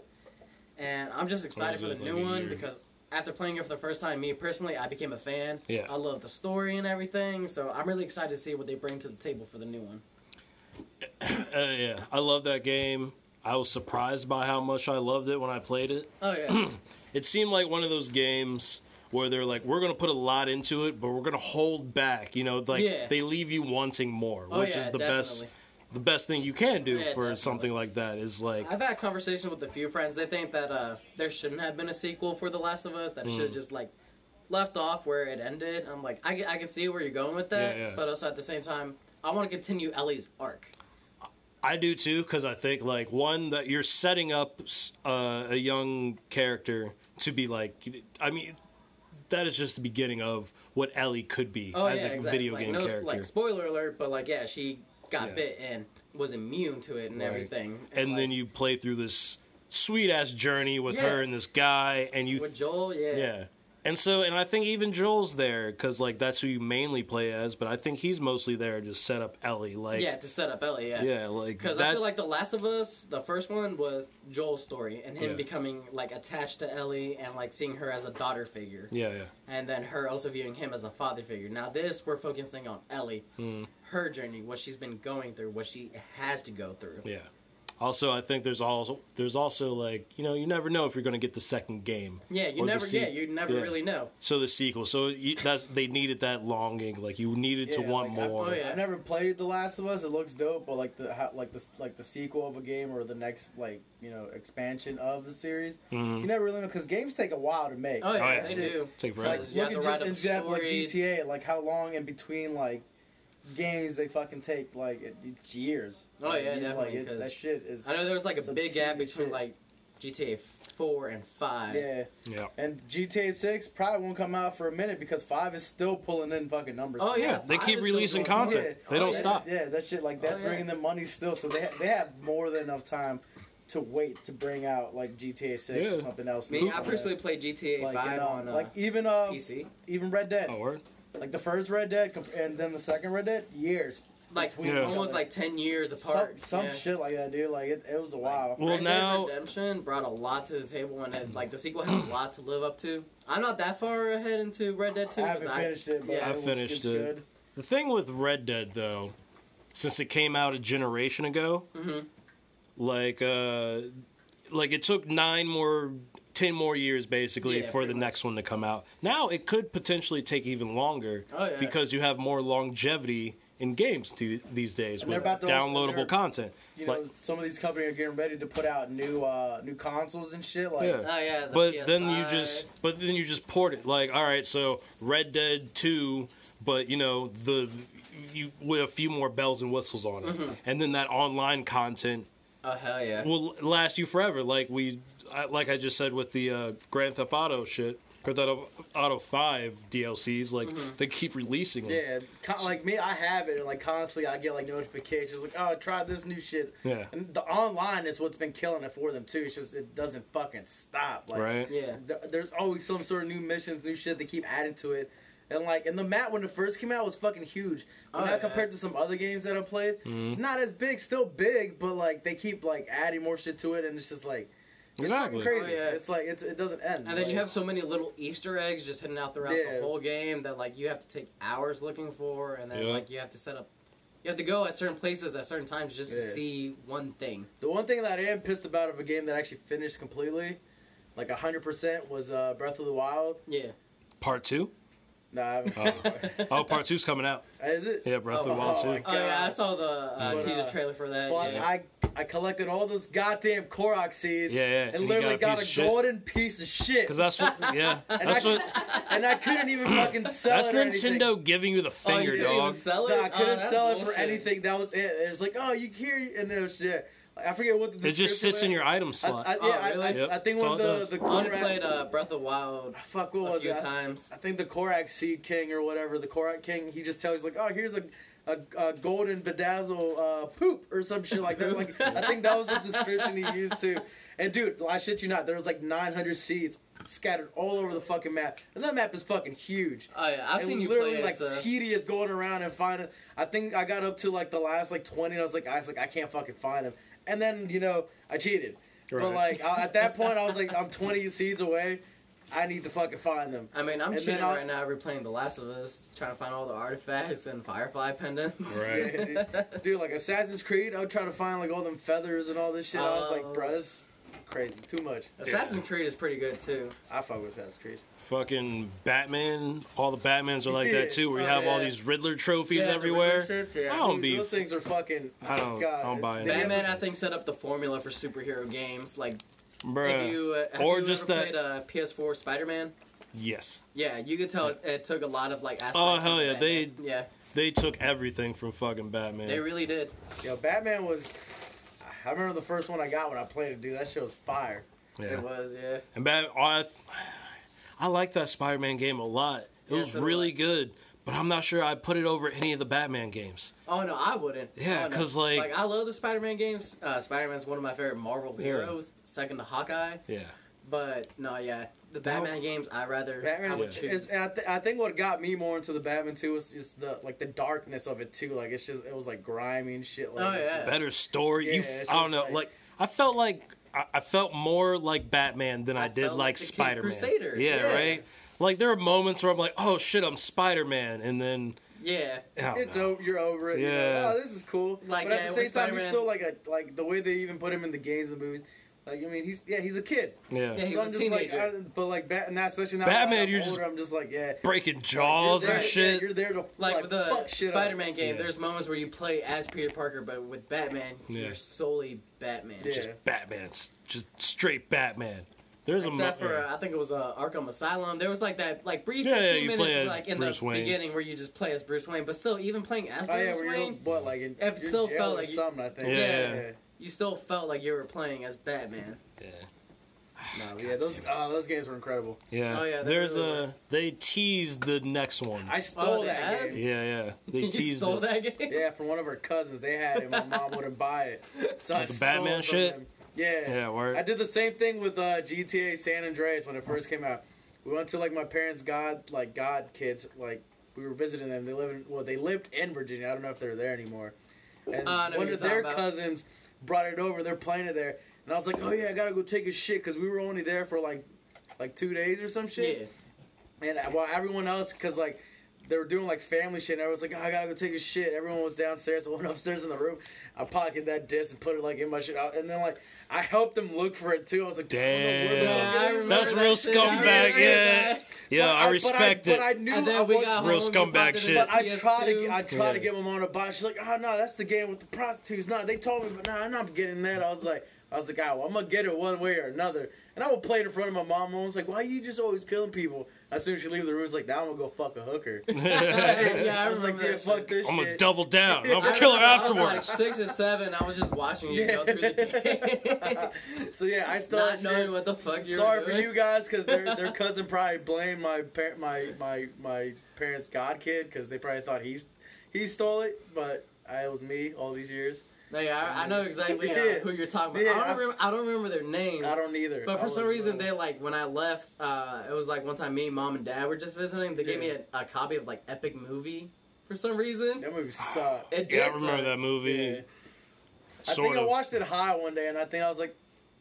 And I'm just excited for was the it, new like a one year? because after playing it for the first time, me personally, I became a fan. Yeah. I love the story and everything. So I'm really excited to see what they bring to the table for the new one. uh, yeah. I love that game. I was surprised by how much I loved it when I played it. Oh yeah. It seemed like one of those games where they're like, we're gonna put a lot into it, but we're gonna hold back. You know, like Yeah. they leave you wanting more, Oh, which yeah, is the best definitely. the best thing you can do Yeah, for definitely. something like that. Is like, I've had conversations with a few friends. They think that uh, there shouldn't have been a sequel for The Last of Us. That it should Mm. have just like left off where it ended. I'm like, I, can- I can see where you're going with that, Yeah, yeah. but also at the same time, I want to continue Ellie's arc. I do too, because I think like one that you're setting up s- uh, a young character to be like, I mean, that is just the beginning of what Ellie could be Oh as yeah, a exactly. video like, game no, character. Like spoiler alert, but like yeah, she got Yeah. bit and was immune to it and Right. everything. and like, then you play through this sweet ass journey with Yeah. her and this guy, and you, with Joel, yeah, yeah. And so, and I think even Joel's there because like that's who you mainly play as, but I think he's mostly there to set up Ellie. Like, yeah, to set up Ellie, yeah. yeah, like Because I that- feel like The Last of Us, the first one was Joel's story and him Yeah. becoming like attached to Ellie and like seeing her as a daughter figure. yeah, yeah. and then her also viewing him as a father figure. Now this we're focusing on Ellie, Mm. her journey, what she's been going through, what she has to go through. Yeah. Also, I think there's also there's also like you know you never know if you're going to get the second game. Yeah, you or the never, se- yeah, you never yeah. really know. So the sequel. So you, that's they needed that longing. Like you needed to Yeah, want like, I- more. oh, yeah. I've never played The Last of Us. It looks dope, but like the how, like the like the sequel of a game or the next like you know expansion of the series, you never really know because games take a while to make. Oh yeah, Mm-hmm. Oh, yeah. they Shit. do. Take forever. Like You have look to at write just up example like stories. GTA, like how long in between like games they fucking take. Like it, it's years. Oh, Like, yeah, you- definitely, Like, 'cause it, that shit is. I know there was like a Some big gap TV between shit. like GTA four and five. Yeah, Yeah. and GTA Six probably won't come out for a minute because Five is still pulling in fucking numbers. Oh yeah, Yeah, they five keep is still releasing going on. content. Yeah. They Oh, don't yeah. stop. Yeah, that shit like that's yeah. bringing them money still, so they ha- they have more than enough time to wait to bring out like GTA Six or Yeah. something else. Me, I personally played GTA like, five and, um, on uh, like even uh, PC. even Red Dead, Oh, word. like the first Red Dead comp- and then the second Red Dead, years Like between Yeah. each almost other. like ten years some, apart. some yeah. shit like that, dude. Like it, it was a while. Well, Red Dead now- Redemption brought a lot to the table, and it, like the sequel had a lot to live up to. I'm not that far ahead into Red Dead Two. I 'cause haven't finished it, but yeah. I it was, finished it's it. good. The thing with Red Dead though, since it came out a generation ago, Mhm. like uh, like it took nine more, ten more years basically Yeah, for the pretty much. next one to come out. Now it could potentially take even longer Oh, yeah. because you have more longevity in games to, these days And with they're about to also- downloadable they're- content. You know, like, some of these companies are getting ready to put out new uh new consoles and shit. Like Yeah. Oh yeah, the but PS5. then you just but then you just port it like all right so red dead 2 but you know the you with a few more bells and whistles on it and then that online content oh hell yeah, will last you forever like we I- like i just said with the uh, grand theft auto shit grand theft auto 5 dlcs like they keep releasing them Mm-hmm. Yeah, con- like me, I have it, and like constantly, I get like notifications, like, "Oh, try this new shit." Yeah. and the online is what's been killing it for them too. It's just it doesn't fucking stop. Like, right yeah. th- there's always some sort of new missions, new shit they keep adding to it, and like, and the map when it first came out was fucking huge. When Oh, I yeah. compared to some other games that I played, Mm-hmm. not as big, still big, but like they keep like adding more shit to it, and it's just like. It's fucking Exactly. crazy. Oh, yeah. It's like it's it doesn't end. And then Like, you have so many little Easter eggs just hidden out throughout Yeah. the whole game that like you have to take hours looking for, and then Yeah. like you have to set up. You have to go at certain places at certain times just Yeah. to see one thing. The one thing that I am pissed about of a game that I actually finished completely, like hundred percent, was uh, Breath of the Wild. Yeah. part 2 Nah, I haven't oh part two's coming out is it? yeah breath of the Oh, wild oh, 2 my Oh yeah, I God. saw the uh, But, teaser uh, trailer for that. But yeah. I I collected all those goddamn Korok seeds. Yeah, yeah, and And you literally got a got a, piece of shit. golden piece of shit. because that's what yeah and, that's I, what and I couldn't even fucking sell that's it. or anything. nintendo giving you the oh, finger you didn't dog even sell it. No, I Oh, couldn't that's sell it bullshit. for anything. That was it. It was like, oh, you here and it was shit. Like, I forget what the it just description sits in was. your item I, slot I, yeah, Oh, I- really? I, Yep, I think that's when all it the does. the I only Korok- played uh, Breath of the Wild fuck what a was few it? I- times. I think the Korak Seed King or whatever, the Korak King, he just tells like, oh, here's a a, a golden bedazzle uh, poop or some shit like that. Like I think that was the description he used too. And dude, I shit you not, there was like 900 seeds scattered all over the fucking map, and that map is fucking huge. Oh yeah, I've And seen you literally play it, uh, like so- tedious going around and finding. I think I got up to like the last like 20, and I was like, I was like, I can't fucking find him. And then you know I cheated, but Right. like I, at that point I was like, I'm 20 seeds away. I need to fucking find them. I mean, I'm And cheating then I'll- right now, replaying The Last of Us, trying to find all the artifacts and Firefly pendants. Right. Dude, like Assassin's Creed, I would try to find like all them feathers and all this shit. I was like, Oh. bruh, this crazy, too much. Assassin's Creed is pretty good too. I fuck with Assassin's Creed. Fucking Batman. All the Batmans are like that too, where you Oh, have all yeah. these Riddler trophies Yeah, the everywhere. Riddler shits, yeah. I don't Dude, be. Those things are fucking. I don't- God, I don't buy it. they have Batman, this- I think, set up the formula for superhero games. Like, Bruh. if you uh, have Or you just ever that- played uh, PS4 Spider-Man, Yes. yeah, you could tell it, it took a lot of like aspects. Oh, hell from yeah, they- Batman. yeah They took everything from fucking Batman. they really did. Yo, Batman was. I remember the first one I got when I played it, dude. That shit was fire. yeah. It was yeah. And Bat, oh, I, th- I like that Spider-Man game a lot. It Yeah, was so do really I. good, but I'm not sure I put it over any of the Batman games. Oh no, I wouldn't. Yeah, Oh, no. 'cause, like- I love the Spider-Man games. Uh, Spider-Man's one of my favorite Marvel Yeah. heroes, second to Hawkeye. Yeah, But no, yeah, the Batman games, I rather I Batman would was. Yeah. choose. Is, I, th- I think what got me more into the Batman too was just the like the darkness of it too. Like it's just it was like grimy and shit. Like, Oh, it's yeah. just- better story. you, Yeah, it's I don't just know. Like, like- I felt like I, I felt more like Batman than I, I did felt like, like the Kid Spider-Man. Crusader. Yeah, Yeah. right. Like there are moments where I'm like, oh shit, I'm Spider-Man, and then Yeah, I don't It's know. over. You're over it. Yeah. Yeah. oh, this is cool. Like, but at yeah, the same with time, he's Spider-Man- still like a like the way they even put him in the games and the movies. Like I mean, he's yeah, he's a kid. yeah. Yeah, he's so a I'm just like, I, teenager. but like Bat, and that, especially now Batman, that I'm you're older, just- I'm just like yeah. breaking jaws You're there- and yeah, shit. you're there to like, like, with the fuck shit up. Spider-Man game, Yeah. there's moments where you play as Peter Parker, but with Batman, Yeah. you're solely Batman. Yeah. just Batman's just straight Batman. There's Except a mo- for yeah. uh, I think it was uh, Arkham Asylum. There was like that like brief Yeah, yeah, 15 you play minutes as like in Bruce the Wayne. beginning where you just play as Bruce Wayne, but still even playing as Oh Bruce yeah, where you're Wayne, but like in, It you're still in jail felt or like you- something. I think. Yeah. Yeah. yeah. you still felt like you were playing as Batman. Yeah. No, yeah, those oh, those games were incredible. Yeah. Oh, yeah, they There's really a were. they teased the next one. I stole Oh, they that had game. yeah, yeah. They you teased stole it. that game. Yeah, from one of her cousins. They had it. My mom wouldn't buy it. So I Like the stole Batman it from shit? them. Yeah. Yeah, word. I did the same thing with uh, GTA San Andreas when it first came out. We went to like my parents' god like god kids like we were visiting them. They live in well they lived in Virginia. I don't know if they're there anymore. And Uh, I know one who you're of their talking about. cousins brought it over. They're playing it there, and I was like, oh yeah, I gotta go take a shit because we were only there for like like two days or some shit. Yeah. And uh, while everyone else, because like they were doing like family shit, and everyone's like, oh, I gotta go take a shit. Everyone was downstairs. I went upstairs in the room. I pocketed that disc and put it like in my shit. And then like I helped them look for it too. I was like, I don't know where the Damn. fuck it I is. remember That's that real shit. I remember scumbag, yeah. that. yeah, But I, but respect But I it. knew And I then we wasn't- got Real home, we scumbag popped it shit. in But the I tried to, PS2. get- I tried to Yeah. get my mom to buy. it. She's like, "Oh no, that's the game with the prostitutes." Nah, they told me, but nah, I'm not getting that. I was like, I was like, "Ah, well, I'm gonna get it one way or another." And I would play it in front of my mom. I was like, "Why you just always killing people?" As soon as she leaves the room, it's like, "Now I'm gonna go fuck a hooker." yeah, I, I was like, remember "Yeah, that fuck shit. this I'm gonna shit." double down. I'm I gonna kill her remember I was like afterwards. six or seven. I was just watching you go through the game. So yeah, I still Not that knowing shit. what the fuck you were Sorry for doing. you guys because their their cousin probably blamed my par- my my my parents' god kid because they probably thought he's he stole it, but I, it was me all these years. no, yeah, I, I know exactly uh, Yeah. who you're talking about. Yeah, I, I- don't remember, I don't remember their names. I don't either. But I for some was, reason, uh, they like when I left. Uh, it was like one time me, mom, and dad were just visiting. They gave me Yeah. a, a copy of like Epic Movie for some reason. that movie sucked. It did. yeah, I remember suck. that Yeah. movie. I Sort think I of. watched it high one day, and I think I was like,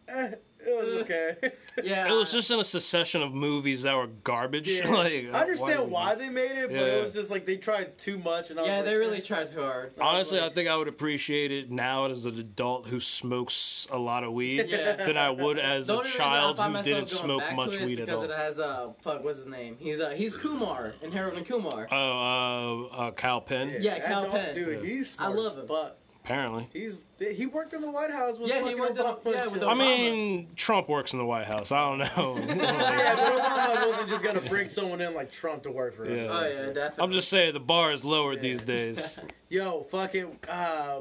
eh, it was Uh, okay. Yeah, It was just in a succession of movies that were garbage. Yeah. like I understand why why. they made it, but Yeah. it was just like they tried too much, and I was yeah, like, they really eh. tried too hard. Honestly, I think I would appreciate it now as an adult who smokes a lot of weed Yeah. than I would as The a only reason I child find who myself didn't going smoke back to much it is weed at because all. it has uh fuck what's his name? He's uh he's Kumar and Harold and Kumar. Oh, uh, uh, Kyle Penn. Yeah, that Cal dog, Penn. Dude, Yeah. he's I smart love as him. fuck. Apparently. He's he worked in the White House with Yeah, he fucking worked in- Obama. yeah, and with shit. I Obama. mean, Trump works in the White House. I don't know. yeah, but Obama wasn't just gonna bring someone in like Trump to work for him. Yeah. oh yeah, definitely. I'm just saying the bar is lowered these Yeah. days. Yo, fucking uh,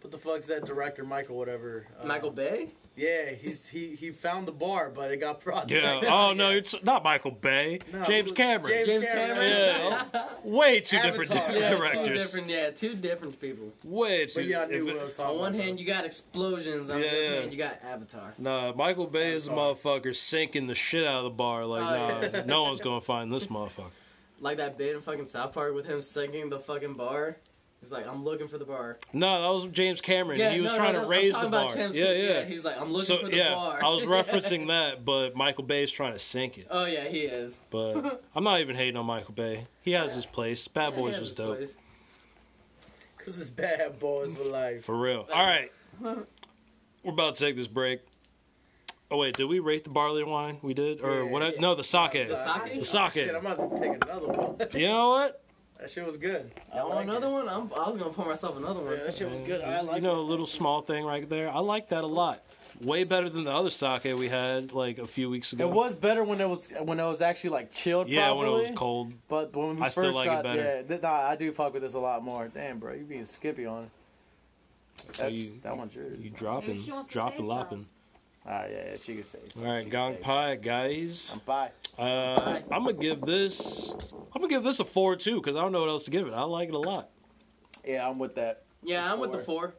What the fuck's that director, Michael? Whatever. uh, Michael Bay? Yeah, he's he he found the bar, but it got fraud. Yeah. Oh no, it's not Michael Bay. No, James it was Cameron. James Cameron. Yeah. Way two different Avatar. di- Yeah, two directors. different. Yeah, two different people. Way too. But yeah, I knew if what it- I was talking On one about. hand, you got explosions. On the Yeah. other hand, you got Avatar. Nah, Michael Bay is a Avatar. motherfucker sinking the shit out of the bar. Like, Oh, nah, no one's gonna find this motherfucker. Like that bit in fucking South Park with him singing the fucking bar. He's like, I'm looking for the bar. No, that was James Cameron. he was no, no, trying no, to I'm raise talking the bar. about Tim's- yeah, yeah. He's like, I'm looking so for the yeah, bar. I was referencing that, but Michael Bay's trying to sink it. oh yeah, he is. But I'm not even hating on Michael Bay. He has his place. Bad Yeah, he Boys has was his dope. place. Cause it's bad boys for life. For real. All right. We're about to take this break. Oh wait, did we rate the barley wine? We did, or Yeah, what? yeah. No, the sake. The sake? The sake. Shit, I'm about to take another one. You know what? that shit was good. I Oh, like another it. one. I'm, I was gonna pour myself another one. Yeah, that shit was good. I like. you know, a it. little small thing right there. I like that a lot. Way better than the other sake we had like a few weeks ago. It was better when it was when it was actually like chilled. Yeah, properly, when it was cold. But when we I first still like it shot, better. yeah, th- nah, I do fuck with this a lot more. Damn, bro, you being skippy on it. So That's- you- that one's yours. You Maybe dropping, she wants to dropping, save lopping. Ah, yeah, yeah, she can say. All right, Gong Pai guys. I'm bye. Uh, I'm gonna give this. I'm gonna give this a four too because I don't know what else to give it. I like it a lot. Yeah, I'm with that. Yeah, I'm with the four.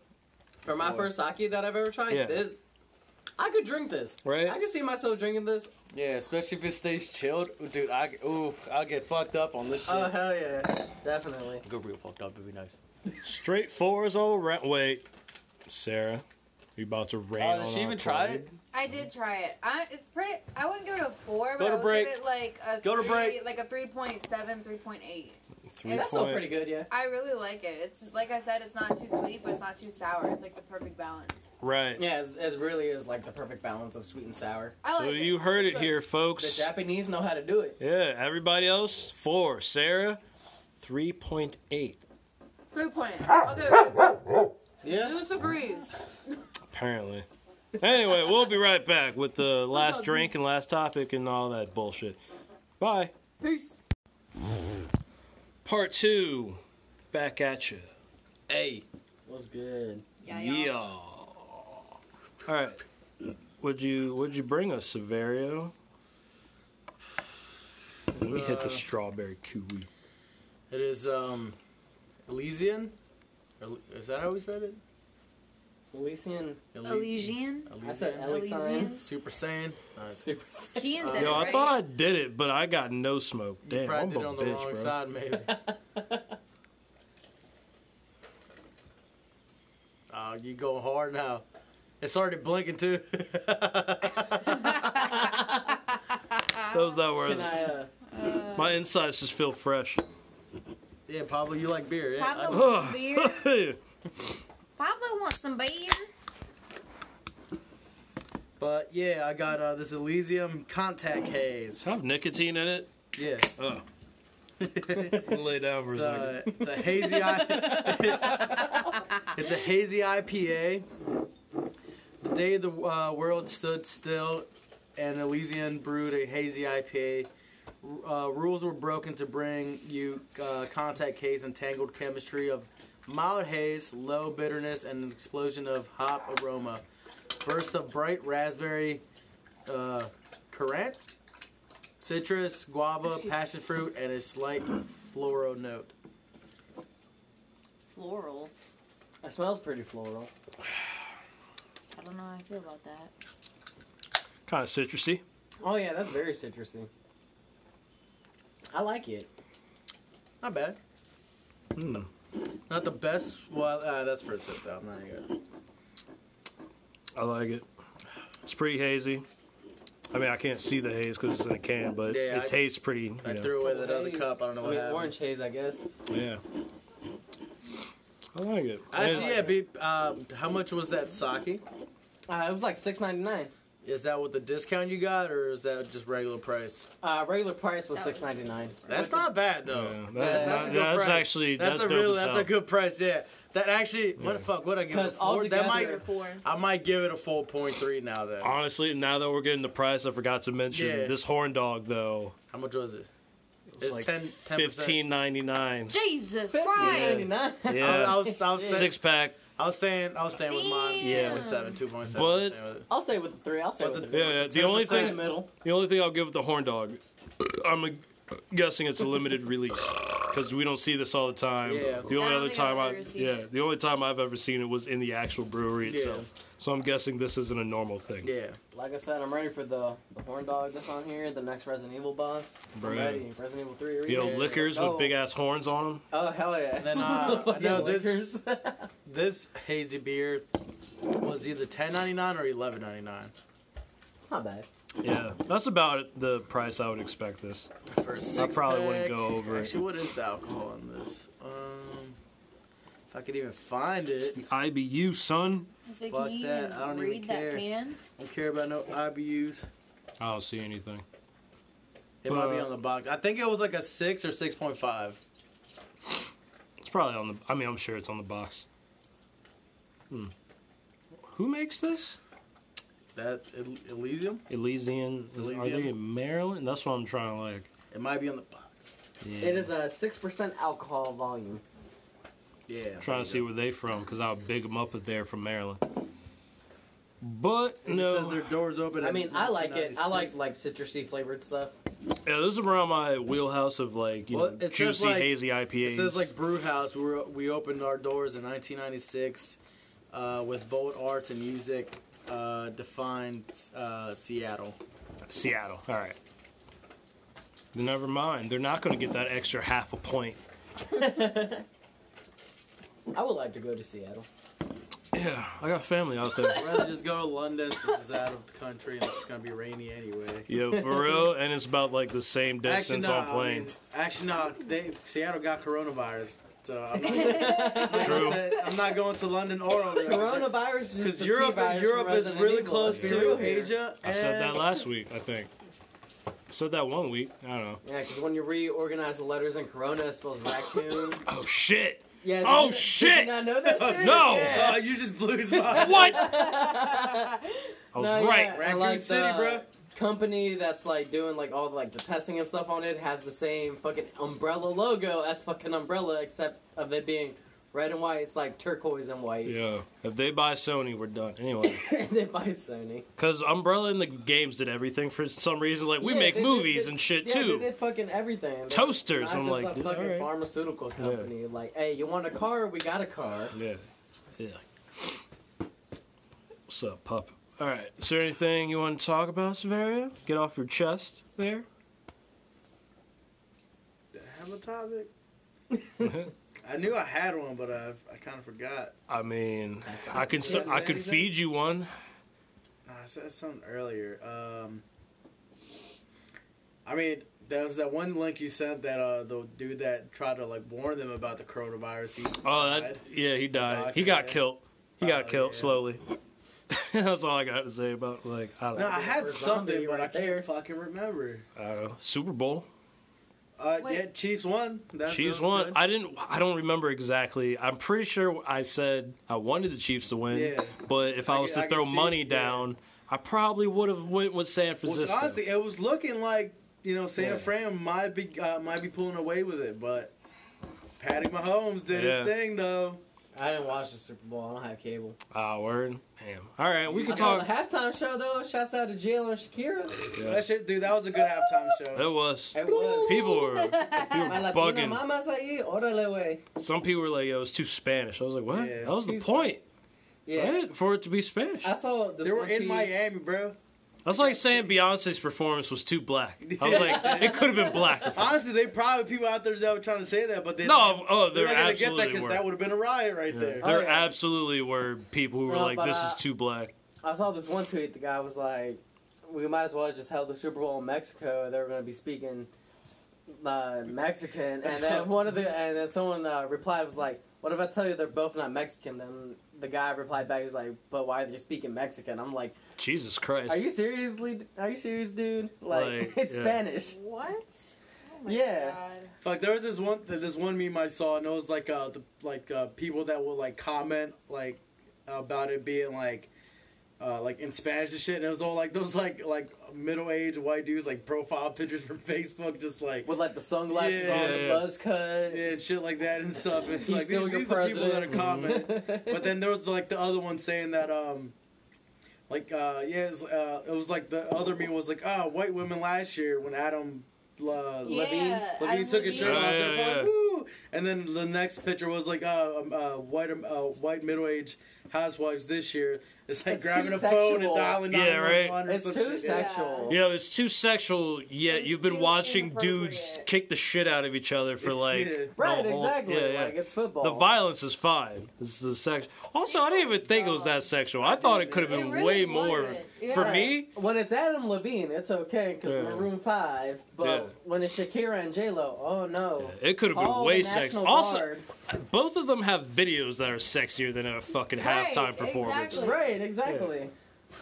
For my Four. first sake that I've ever tried, Yeah. this I could drink this. Right? I could see myself drinking this. Yeah, especially if it stays chilled, Ooh, dude. I get- ooh, I'll get fucked up on this shit. Uh, Oh hell yeah, definitely. Go real fucked up. It'd be nice. Straight fours all around. Wait, Sarah, you about to rain? Oh, did on she our even try parade? it? I did try it. I it's pretty. I wouldn't give it a four, but Go to I would break. give it like a Go to three, break. like a three point seven, three point eight. Three Yeah, that's still point- pretty good. Yeah. I really like it. It's like I said, it's not too sweet, but it's not too sour. It's like the perfect balance. Right. Yeah, it's, it really is like the perfect balance of sweet and sour. I so like you it. heard it Good. here, The folks. Japanese know how to do it. yeah. Everybody else, four. Sarah, three point eight. Three point. Okay. Yeah. Zeus agrees. Apparently. Anyway, we'll be right back with the last drink and last topic and all that bullshit. Bye. Peace. Part two. Back at you. Hey, what's good? Yeah. Yeah. yeah. All right. Would you Would you bring us Severio? Uh, Let me hit the strawberry kiwi. It is um, Elysian. Or- Is that how we said it? Elysian. Elysian. I said Elysian. Elysian. Elysian. Super Saiyan. Alright, Super. Saiyan. Kian said Uh, Yo, it I right. thought I did it, but I got no smoke. you Damn, probably I'm a did it on the bitch, wrong bro. side, maybe. Oh, you go hard now. It's already blinking too. That was not worth Can it. I? Uh, My insides just feel fresh. yeah, Pablo, you like beer, yeah? Pablo I- wants beer. Ugh. Pablo wants some beer. but yeah, I got uh, this Elysium Contact Haze. have nicotine in it. Yeah. Oh, it's, I'm gonna lay down for a second. a, it's a hazy I- It's a hazy IPA. The day the uh, world stood still and Elysian brewed a hazy IPA. Uh, rules were broken to bring you uh, contact haze and tangled chemistry of mild haze, low bitterness, and an explosion of hop aroma. Burst of bright raspberry, uh, currant, citrus, guava, passion fruit, and a slight floral note. Floral. it smells pretty floral. I don't know how I feel about that. Kind of citrusy. Oh yeah, that's very citrusy. I like it. Not bad. Hmm. Not the best. Well, uh, that's for a sip though. I'm not gonna- I like it. It's pretty hazy. I mean, I can't see the haze because it's in a can, but Yeah, it I- tastes pretty. You I know. threw away that other Haze. cup. I don't know what mean, happened. Orange haze, I guess. Yeah. I like it. Actually, And- yeah. Be, uh, how much was that sake? Uh, it was like six ninety nine. Is that with the discount you got, or is that just regular price? Uh, regular price was That was- six ninety nine. That's not bad Yeah, though. that's, that's not- that's actually That's, that's, a dope real. as That's hell. a good price. Yeah. That actually. What the Yeah. fuck? What I give it? a 'Cause all Four? That might. together- Four. I might give it a four point three now. Then. Honestly, now that we're getting the price, I forgot to mention Yeah. this horn dog though. How much was it? It's, It's like 10 10%. fifteen ninety nine. Jesus Fifteen ninety Christ. nine. I, I Yeah, was. I was Shit. six pack. I was saying, I was staying with mine. Yeah. 2.7, 2.7. But- I was staying with it. I'll stay with the three. I'll stay But with the the three- three. Yeah, yeah, the only In the thing, middle. the only thing I'll give with the horn dog, I'm guessing it's a limited release because we don't see this all the time. Yeah. The only I don't other think time I've I, ever seen yeah, it. the only time I've ever seen it was in the actual brewery Yeah. itself. So I'm guessing this isn't a normal thing. Yeah. Like I said, I'm ready for the the horn dog that's on here. The next Resident Evil boss. Bro. I'm ready. Resident Evil three. Remake. Yo, Yeah, liquors let's with go. big ass horns on them. Oh hell yeah. Then, uh, Fucking no, this- liquors. This hazy beer. Was either 10.99 or 11.99 it's not bad. Yeah, that's about it, the price I would expect this. for a I six probably pack. wouldn't go over it. Actually, what is the alcohol in this? Um, if I could even find It's it. the IBU, son. It's like, Fuck can you that, even I don't even read that care. can? I don't care about no IBUs. I don't see anything. It might be But- on the box. I think it was like a six or six point five. It's probably on the. I mean, I'm sure it's on the box. Hmm. Who makes this? That El- Elysium? Elysian. Are Elysium? they in Maryland? That's what I'm trying to like. It might be on the box. It is a six percent alcohol volume. Yeah. I'm trying to see where they from because I'll big them up if they're from Maryland. But It no, says their doors open. I at mean, I like it. I 1996. like like citrusy flavored stuff. yeah, this is around my wheelhouse of like you Well, know it says, juicy like- hazy IPAs. It says like brew house. We were, we opened our doors in 1996 uh, with bold arts and music. Uh, defined uh, Seattle. Seattle. All right. Then Never mind. They're not going to get that extra half a point. I would like to go to Seattle. Yeah, I got family out there. I'd rather just go to London since it's out of the country and it's gonna be rainy anyway. yeah, for real. And it's about like the same distance nah, on plane. I mean, actually, no. They, Seattle got coronavirus, so I'm not, I'm, True. Coronavirus not to, I'm not going to London or over there. is Because just Europe, Europe is really close to Asia. I said that eh. and- last week. I think. I said that one week. I don't know. Yeah, because when you reorganize the letters in Corona, it spells raccoon. Oh shit. Yeah. Oh, did you- Did shit! you not know that shit? No! Yeah. Oh, you just blew his mind. What? I was No, yeah, right. I Raccoon like City, the bruh. Company that's like doing like all the, like the testing and stuff on it has the same fucking umbrella logo as fucking umbrella, except of it being red and white. It's like turquoise and white. Yeah. If they buy Sony, we're done. Anyway, and then by Sony. because Umbrella and the games did everything for some reason. Like we Yeah, make they- they- movies they- and shit Yeah, too. they did fucking everything. They- Toasters, not I'm just like, a dude, fucking alright. pharmaceutical company. Like, hey, you want a car? We got a car. Yeah. Yeah. What's up, pup? All right. Is there anything you want to talk about, Severia? Get off your chest there. Did I have a topic? I knew I had one, but I, I kind of forgot. I mean, That's I can st- Yes, I could anything? feed you one. No, I said something earlier. Um, I mean, there was that one link you sent that uh, the dude that tried to like warn them about the coronavirus. He Oh, that, died. yeah, he died. He Doctor, got yeah. killed. He got Oh, killed yeah. slowly. That's all I got to say about like I don't, No, know. I had Zombie something, but I right can't there. fucking remember. I don't know. Super Bowl. Uh, Wait. yeah, Chiefs won. That, Chiefs that was won. good. I didn't. I don't remember exactly. I'm pretty sure I said I wanted the Chiefs to win. Yeah. But if I, I was can- to I can throw see- money yeah. down, I probably would have went with San Francisco. Which honestly, it was looking like you know San Yeah. Fran might be uh, might be pulling away with it, but Patty Mahomes did Yeah. his thing though. I didn't watch the Super Bowl. I don't have cable. Ah, word. Damn. All right, we I can saw the talk. halftime show though. Shouts out to Jalen Shakira. Yeah. That shit, dude. That was a good halftime It show. was. It was. People were, people were My Latina bugging. mama's ahí, órale, wey. Some people were like, "Yo, it's too Spanish." I was like, "What? Yeah. That was the He's- point, Yeah. right? For it to be Spanish." I saw this They were one in tweet. Miami, bro. That's like saying Beyonce's performance was too black. I was like, "It could have been black." Honestly, they probably people out there that were trying to say that, but they No, oh, they're there not gonna get that absolutely because were. that would have been a riot right there. Oh, There yeah. absolutely were people who were No, like, but, "This uh, is too black." I saw this one tweet. The guy was like, "We might as well have just held the Super Bowl in Mexico. They were going to be speaking uh, Mexican." And then one of the and then someone uh, replied was like, "What if I tell you they're both not Mexican?" Then the guy replied back, he was like, "But why are they speaking Mexican?" I'm like, Jesus Christ! "Are you seriously? Are you serious, dude? Like, Like, it's yeah. Spanish." What? Oh my Yeah. God. Fuck, there was this one this one meme I saw, and it was like uh the like uh people that will like comment like about it being like uh, like in Spanish and shit, and it was all like those like like middle aged white dudes like profile pictures from Facebook, just like With like the sunglasses Yeah. on, the buzz cut. yeah, and shit like that and stuff. And it's He's like still these, your these are people that are president. commenting. but then there was like the other one saying that um like uh yeah it was, uh, it was like the other meme was like oh white women last year when adam uh, Yeah, Levine- Adam Levine took his shirt Oh, off yeah, they're probably, yeah. woo and then the next picture was like uh, um, uh white um, uh, white middle-aged housewives this year it's like It's grabbing too a phone and sexual. dialing Yeah, right. 911 or It's some too shit. sexual. Yo, it's too sexual. Yet It's you've been too watching dudes inappropriate. kick the shit out of each other for like Yeah. the Right, whole- exactly. yeah, yeah. Like it's football. the violence is fine. This is sex. Also, I didn't even think it was that sexual. I thought it could have It been really way more. wasn't. Yeah. For me, when it's Adam Levine, it's okay because Yeah. Maroon Five. But Yeah. when it's Shakira and J Lo, oh no. it could have been All way the sex. National Also, Guard. both of them have videos that are sexier than a fucking Right, halftime performance. exactly. right, exactly.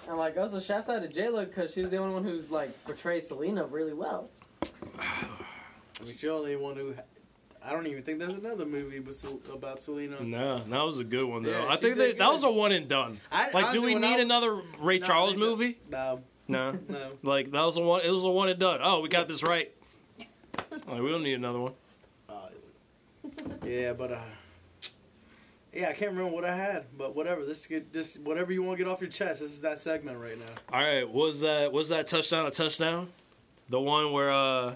And like, also, shouts out to J Lo because she's the only one who's like portrayed Selena really well. I mean, she's the only one who i don't even think there's another movie with, Sel- about selena No, that was a good one though. Yeah, I she think did they, good. that was a one and done. I, Like, do honestly, we when need I- another Ray No, Charles they don't. movie? no No, no like that was a one. It was a one and done. Oh, we got this right. Like, we don't need another one. Uh, yeah, but uh, yeah, I can't remember what I had, but whatever. This could just whatever you want to get off your chest. This is that segment right now. All right, was that was that touchdown a touchdown? The one where uh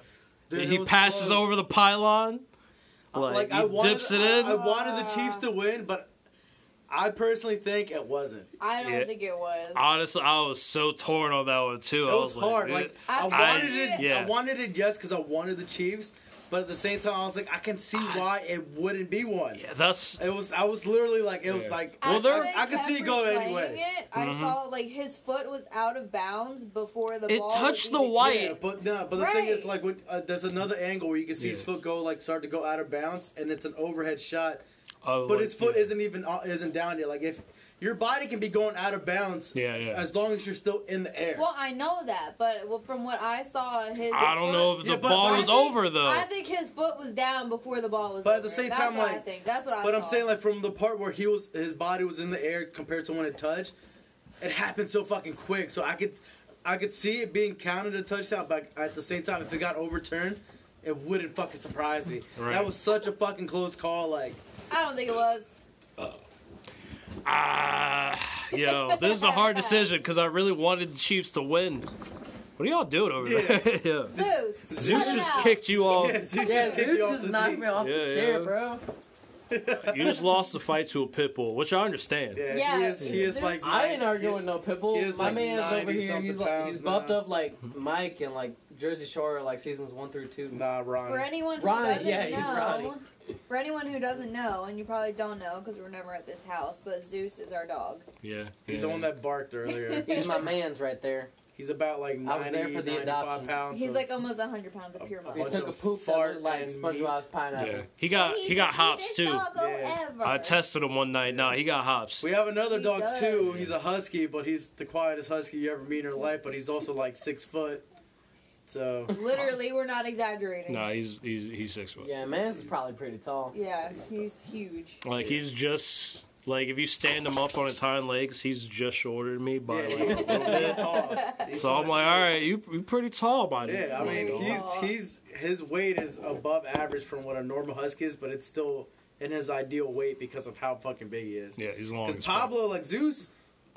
Dude, he it was passes close. over the pylon. Like, Uh, Like he I wanted, dips it I, in. I wanted the Chiefs to win, but I personally think it wasn't. I don't Yeah. think it was. Honestly, I was so torn on that one too. It I was, was hard. Like, dude, Like I, I- wanted it. yeah. I wanted it just because I wanted the Chiefs, but at the same time, I was like, I can see why it wouldn't be one. yeah, that's It was. I was literally like, it was Yeah. like. Well, After there- they I could kept see it go replaying anyway. it, I Mhm. saw like his foot was out of bounds before the It ball. touched the was even- white. Yeah, but no, but the thing is, Right. like, when, uh, there's another angle where you can see his Yeah. foot go, like, start to go out of bounds, and it's an overhead shot, oh, But like, his foot yeah. isn't even uh, isn't down yet. Like if your body can be going out of bounds, Yeah, yeah. as long as you're still in the air. Well, I know that, but well, from what I saw, his. I don't foot- know if the Yeah, but- ball but I was think- over though. I think his foot was down before the ball was. But at the over. same That's time, what I like- think that's what I. but I'm saw. saying like from the part where he was, his body was in the air compared to when it touched. It happened so fucking quick, so I could, I could see it being counted a touchdown. But at the same time, if it got overturned, it wouldn't fucking surprise me. Right. That was such a fucking close call. Like I don't think it was. Ah, yo, this is a hard decision because I really wanted the Chiefs to win. What are y'all doing over Yeah. there? yeah. Zeus. Zeus cut it just out. kicked you all. yeah, Zeus Yeah, just kicked dude you off just the knocked team. me off Yeah, the chair, yeah. bro. You just lost the fight to a pit bull, which I understand. Yeah, he Yeah, is. He is Zeus- like. I ain't arguing with no He Pitbull. is My like man's over 90 here. He's something like he's pounds buffed now. up like Mike and like Jersey Shore like seasons one through two. Nah, Ron. For anyone who Ronnie, doesn't yeah, he's know, Ronnie. for anyone who doesn't know, and you probably don't know because we're never at this house, but Zeus is our dog. Yeah. He's the one that barked earlier. He's my man's right there. He's about like I was 90, there for the 95 adoption. pounds. He's of- like almost 100 pounds of pure A He bunch muscle. took a of poop fart that looked like and SpongeBob's pineapple. Yeah. He got he got hops too. Yeah. I tested him one night. Nah, he got hops. We have another He dog does. too. He's a husky, but he's the quietest husky you ever meet in your life. But he's also like six foot. So Literally, we're not exaggerating. Nah, he's he's he's six foot. Yeah, man's is probably pretty tall. Yeah, he's huge. Like he's just like if you stand him up on his hind legs, he's just shorter than me by yeah, like a he's, little he's bit. tall. He's So I'm tall. like, all right, you you pretty tall by now. Yeah, I Very mean, he's tall. he's his weight is above average from what a normal husky is, but it's still in his ideal weight because of how fucking big he is. yeah, he's long. Because as fuck. Pablo, like Zeus,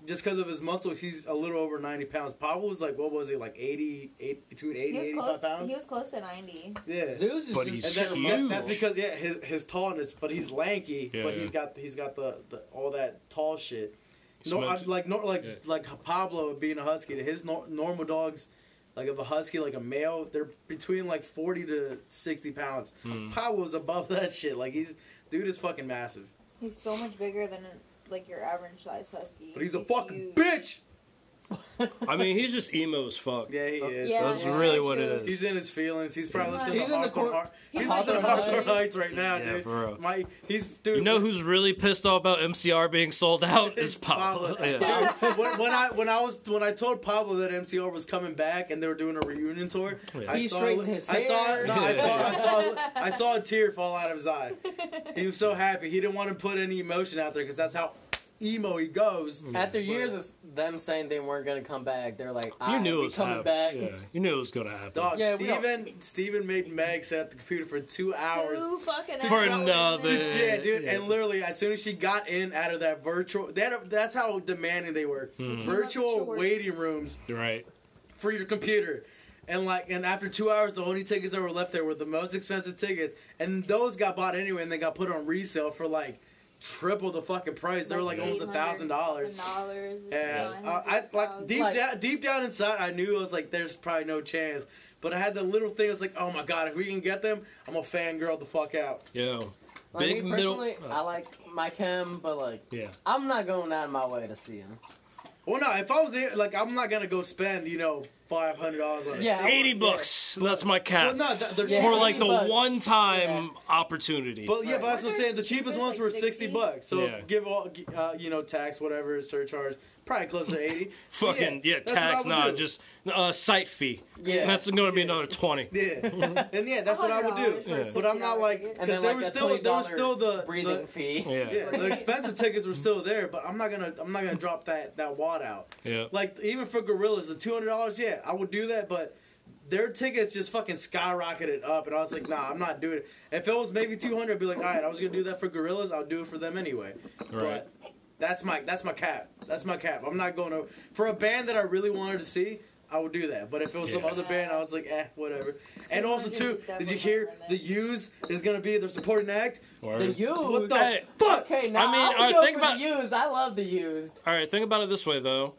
just because of his muscles, he's a little over 90 pounds. Pablo was like, what was he, like 80, eight, between 80 He was 85 close. pounds? He was close to 90. yeah. Zeus is But just he's And and that's, huge. that's, that's because yeah, his his tallness, but he's lanky, Yeah, but yeah. he's got he's got the, the all that tall shit. He No, I, smokes. like nor, like Yeah. like Pablo being a husky, his nor, normal dogs, like of a husky, like a male, they're between like forty to sixty pounds. Hmm. Mm. Pablo's above that shit. Like he's dude is fucking massive, He's so much bigger than like your average size husky. but he's a fucking huge. bitch. I mean, he's just emo as fuck. Yeah, he is. Yeah, that's really what it true. is. He's in his feelings. He's probably He's listening in to the Hardcore cor- Heart. He's Hardcore listening to Hardcore Heights. Heights right now, Yeah, dude. for real. My, he's dude. You know who's really pissed off about MCR being sold out is Pablo. Pablo. Yeah. Dude, when, when I when I was when I told Pablo that MCR was coming back and they were doing a reunion tour, Oh, Yeah. I He saw straightened his I saw hair. no, I saw I saw I saw a tear fall out of his eye. He was so happy. He didn't want to put any emotion out there because that's how emo he goes. Mm. After years of them saying they weren't gonna come back, they're like, You "Alright, knew it we was coming hap- back." Yeah, you knew it was gonna happen. Dog, Yeah, we don't- Steven, Steven made Meg sit at the computer for two hours. Two fucking For hours, man. nothing. Dude, yeah, dude, Yeah. and literally as soon as she got in out of that virtual, that that's how demanding they were. Hmm. Virtual Short. waiting rooms Mm, You're right. for your computer, and like, and after two hours, the only tickets that were left there were the most expensive tickets, and those got bought anyway, and they got put on resale for like triple the fucking price. They were like almost a thousand dollars. Dollars. And uh, I like deep Like- down, deep down inside, I knew I was like, there's probably no chance. But I had the little thing. I was like, oh my god, if we can get them, I'm gonna fangirl the fuck out. Yo, Like, Big me middle- uh, personally, I like my chem, but like, yeah. I'm not going out of my way to see him. Well, no, if I was there, like, I'm not gonna go spend, you know, five hundred dollars on a Yeah. ticket. Eighty bucks. That's my Well, cap. no, th- they're Yeah. for cheap. like the 80 bucks. one time opportunity. But yeah, but that's what I'm saying. The cheapest There's ones like were 60. sixty bucks. So Yeah. give all, uh, you know, tax, whatever, surcharge, probably close to eighty. But Fucking yeah, that's what I tax would nah, do. just uh, site fee. Yeah. that's going to be Yeah. another twenty. yeah, and yeah, that's what I would do. Yeah. But I'm not like, And because then there like was that still, there was $20 still the, breathing the fee. Yeah, yeah, the expensive tickets were still there. But I'm not gonna, I'm not gonna drop that that wad out. yeah. Like even for gorillas, the two hundred dollars, yeah, I would do that, but their tickets just fucking skyrocketed up, and I was like, nah, I'm not doing it. If it was maybe two hundred, I'd be like, all right, I was gonna do that for gorillas, I'll do it for them anyway. Right. But that's my that's my cap. That's my cap. I'm not going to for a band that I really wanted to see. I would do that, but if it was some Yeah. other band, I was like, eh, whatever. And also, 200 too, is did you definitely hear my limit. the U's is gonna be their supporting act? The Word. used. What the Hey. fuck? Okay, now I I mean, mean, alright, I go think for about- the used. I love the used. All right, think about it this way though.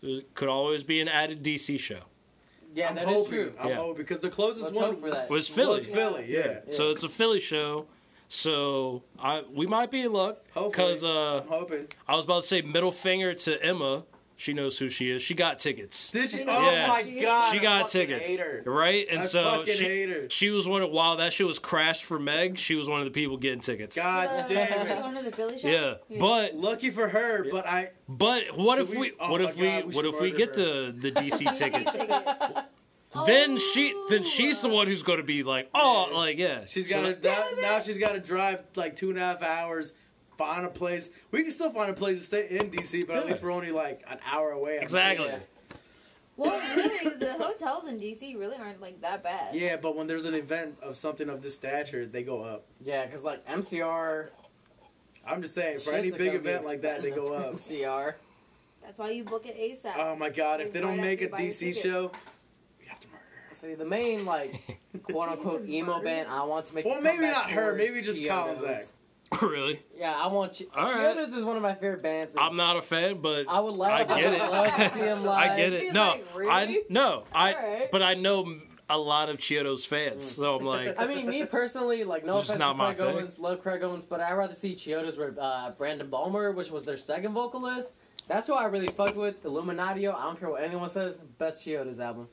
There could always be an added DC show. Yeah, I'm that is hoping, true. I'm Yeah. hoping because the closest Let's one hope for that. Was was Philly. Philly. Yeah, So it's a Philly show. So I we might be in luck because Hopefully. uh, I'm hoping. I was about to say middle finger to Emma. She knows who she is. She got tickets. Did she? She Oh knows my who she is. god! she I got fucking tickets, hate her. right? And I so fucking she hate her. she was one of while that shit was crashed for Meg. She was one of the people getting tickets. God damn she it! Going to the Philly show? yeah, but Lucky for her, but I. But what Should if we, we- oh what my if we God, we what should if we murder get her. the the DC tickets? Oh. Then she then she's the one who's going to be like oh Yeah. like yeah She's So got to that- Damn it. now. She's got to drive like two and a half hours. Find a place. We can still find a place to stay in DC, but at Yeah. least we're only like an hour away. I exactly think. Well, really, the hotels in DC really aren't like that bad. Yeah, but when there's an event of something of this stature, they go up. Yeah, because like MCR. I'm just saying, for shits any are big gonna be event like that, they go expensive for up. MCR. That's why you book it ASAP. Oh my god! If they don't Right make after you a buy your DC tickets. show, we have to murder. her. See, the main like quote unquote emo band I want to make. a Well, maybe comeback not her, for maybe just Colin Chiodos. Zach. really Yeah, I want. Ch- All right. Chiodos is one of my favorite bands. and I'm not a fan but Oh, I would love. I get would it. love to see him live. I get it He's no like, I really? no I Alright. but I know a lot of Chiodos fans so I'm like I mean, me personally, like no It's just offense not to my Craig thing. Owens, love Craig Owens, but I'd rather see Chiodos with uh, Brandon Balmer, which was their second vocalist. That's who I really fucked with. Illuminatio. I don't care what anyone says. Best Chiodos album.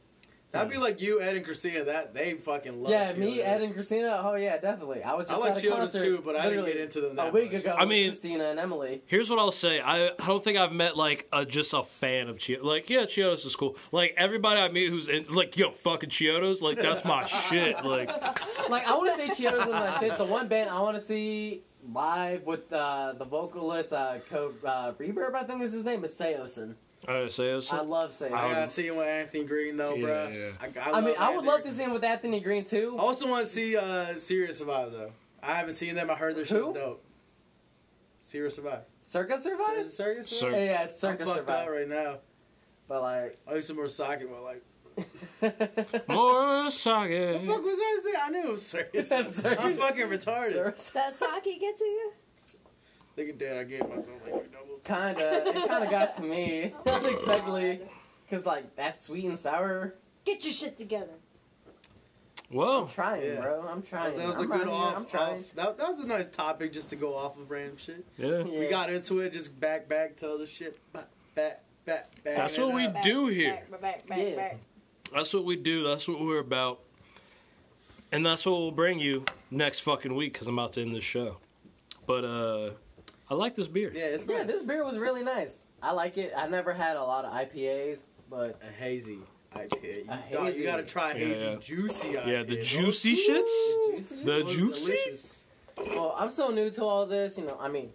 That'd be like you, Ed, and Christina. That they fucking love. yeah, me, Chiodos. Ed, and Christina. Oh yeah, definitely. I was I just like at a Chiodos concert too, but I didn't literally get into them. That a week much. ago. I with mean- Christina and Emily. Here's what I'll say. I, I don't think I've met like a just a fan of Chiodos. Like, yeah, Chiodos is cool. Like everybody I meet who's in, like, yo, fucking Chiodos, like that's my shit. Like, Like I want to see Chiodos with that shit. The one band I want to see live with uh, the vocalist, uh, Co uh, Reverb, I think is his name, is Seosin. I say it's- I love Seosin. I would- gotta see him with Anthony Green though, Yeah, bro. yeah. I, I mean, I would Anthony love to Green. see him with Anthony Green too. I also want to see uh, Serious Survive though. I haven't seen them. I heard their show's Who? dope. Serious Survive. Circus Is it survives. Serious Sir- Survive. Yeah, yeah, it's I'm Circus fucked out Survive. right now. But like, I used some more soccer, but like, More what Mm-hmm. the sake. fuck was I saying? I knew it was Serious. That's Survive. I'm Serious- fucking retarded. Does sake get to you? Look at that. I gave myself like McDoubles. kinda, it kinda got to me unexpectedly, cause like that sweet and sour. Get your shit together. I'm Well, trying, Oh, Yeah. bro. I'm trying. That was I'm a good right off. Here. I'm trying. off- That, that was a nice topic just to go off of random shit. yeah. Yeah. We got into it, just back, back to other shit. Back, back, back, back. uh, That's what we Back, do here. Back, back, back, Yeah. back. That's what we do. That's what we're about. And that's what we'll bring you next fucking week because I'm about to end this show. But uh I like this beer. Yeah, it's Yeah, nice. this beer was really nice. I like it. I never had a lot of IPAs, but a hazy IPA. You, A dog, you hazy. gotta try Yeah, hazy, yeah. juicy IPA. Yeah, the Those- juicy shits. the juicy. Oh, The those juicy? delicious. Well, I'm so new to all this. You know, I mean,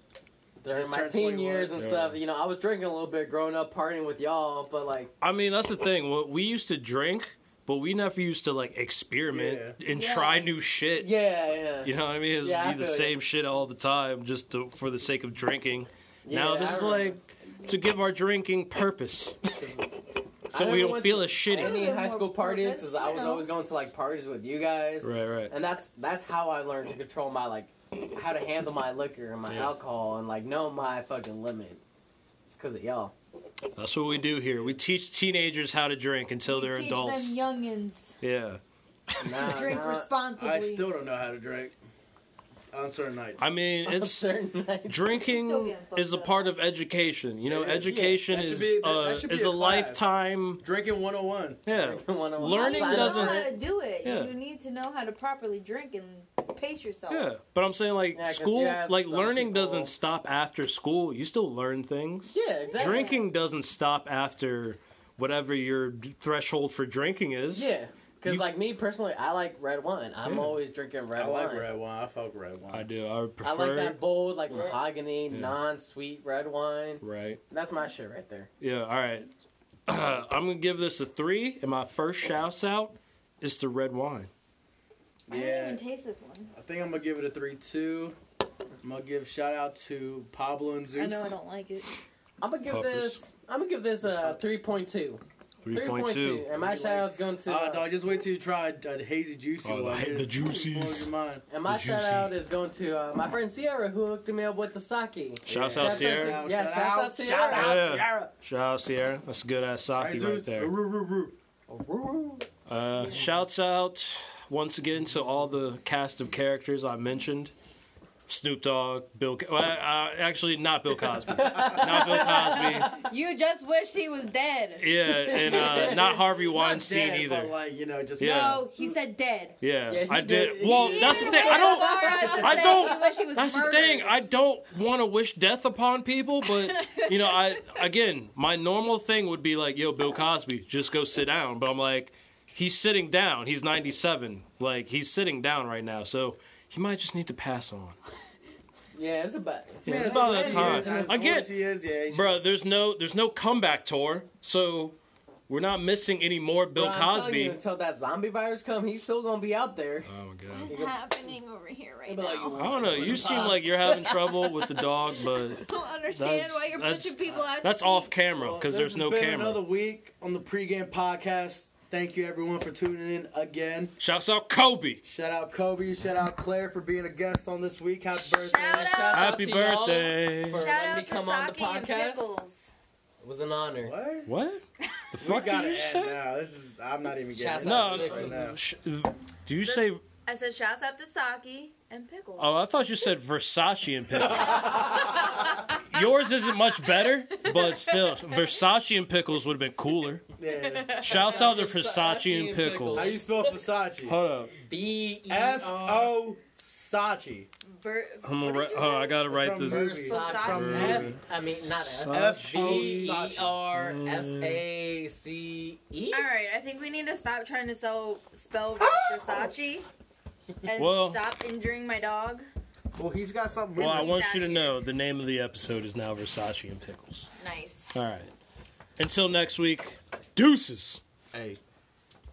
during Just my turned teen 21. years and Yeah. stuff, you know, I was drinking a little bit growing up, partying with y'all, but like, I mean, that's the thing. Well, We used to drink, but we never used to like experiment and Yeah. try new shit. yeah, yeah. You know what I mean? It would Yeah, I be the feel ya. same shit all the time just to, for the sake of drinking. now Yeah, this I is remember. like to give our drinking purpose. I so we never don't went feel to as shitty. any Yeah. high school parties That's, because I you was know. always going to like parties with you guys, Right, right. and that's that's how I learned to control my like how to handle my liquor and my Yeah. alcohol and like know my fucking limit. It's because of y'all. That's what we do here. We teach teenagers how to drink until We they're teach adults. them youngins yeah. Nah, to drink nah. responsibly. I still don't know how to drink on certain nights. I mean, On it's certain nights. Still drinking getting fucked is a up. part of education. You know, It is, yeah. education That should is be- that- uh, that should be is a a, class. lifetime. Drinking 101. Yeah. One on one. Learning you Outside of doesn't- know work. how to do it. Yeah. You need to know how to properly drink and pace yourself. Yeah, but I'm saying like Yeah, 'cause school, you have like some learning people- doesn't stop after school. You still learn things. Yeah, exactly. Drinking doesn't stop after whatever your d- threshold for drinking is. Yeah, because You- like me personally, I like red wine. I'm Yeah. always drinking red I wine. like red wine. I fuck red I wine. do. I would prefer. I like that bold, like Yeah. mahogany, Yeah. non-sweet red wine. Right. That's my shit right there. Yeah. All right. I'm gonna give this a three, and my first shouts out is to red wine. I Yeah. didn't even taste this one. I think I'm gonna give it a three two. I'm gonna give shout out to Pablo and Zeus. I know I don't like it. I'm gonna give Puffers. this. I'm gonna give this a Puffs. three point two. Three point two. And my Like- shout out's going to. Ah, uh, dog, just wait till you try a, a hazy juicy Oh, one. the- the juicies. Blows your mind. and my the shout juicy. out is going to uh, my friend Sierra who hooked me up with the sake. Shouts Yeah. out Shouts out Sierra. to- Yeah, shouts out Sierra. Shout out Yeah. Sierra. Shout out Sierra. That's good ass sake Right, right Zeus? there. Roo, roo, roo. Uh, shouts out once again to all the cast of characters I mentioned. Snoop Dogg, Bill, Co- well, uh, actually not Bill Cosby, not Bill Cosby, You just wish he was dead. yeah, and uh, not Harvey Not Weinstein dead, either. But like you know, just Yeah. No, he said dead. yeah, Yeah, he I did. did- Well, he that's the Even thing. I went as don't. far as to I say don't- He wish he was That's murdered. the thing. I don't want to wish death upon people, but you know, I again, my normal thing would be like, "Yo, Bill Cosby, just go sit down." But I'm like, he's sitting down. He's 97. Like he's sitting down right now, so he might just need to pass on. Yeah, it's about. Yeah, Man, it's about as that old as time. he is, as Again, old as he is, yeah, he should- Bruh, there's no there's no comeback tour, so we're not missing any more Bill Bro, I'm telling Cosby. You, until that zombie virus come, he's still gonna be out there. oh my god. What is happening over here right But, like, now? I don't know. You seem like you're having trouble with the dog, but I don't understand why you're That's- pushing people out. that's to off eat. camera Well, because this there's has no been camera. Another week on the pregame podcast. Thank you everyone for tuning in again. Shouts out Kobe. Shout out Kobe. Shout out Claire for being a guest on this week. Happy birthday. Shout out, Shout out Happy to y'all birthday. for shout letting me out come on the to Saki and podcast. Pickles. It was an honor. What? What? The We fuck did gotta you end say? now. This is. I'm not even Shouts getting. No. out into this to right Vicky. now. Sh- Do you say? I said shouts out to Saki and Pickles. Oh, I thought you said Versace and pickles. Yours isn't much better, but still, Versace and pickles would have been cooler. Yeah. Shouts out to Versace and How pickles. you spell Versace? Hold up, B E F R- O Sachi. Ver- I'm gonna what did write. you Oh, say? I gotta write from this. movie. F. I mean, not F. F O B Uh, E Sachi. R S A C E. All right, I think we need to stop trying to sell spell Versace and Well- stop injuring my dog. Well, he's got something. Well, I weird. want you to know the name of the episode is now Versace and pickles. Nice. All right. Until next week, deuces. Hey.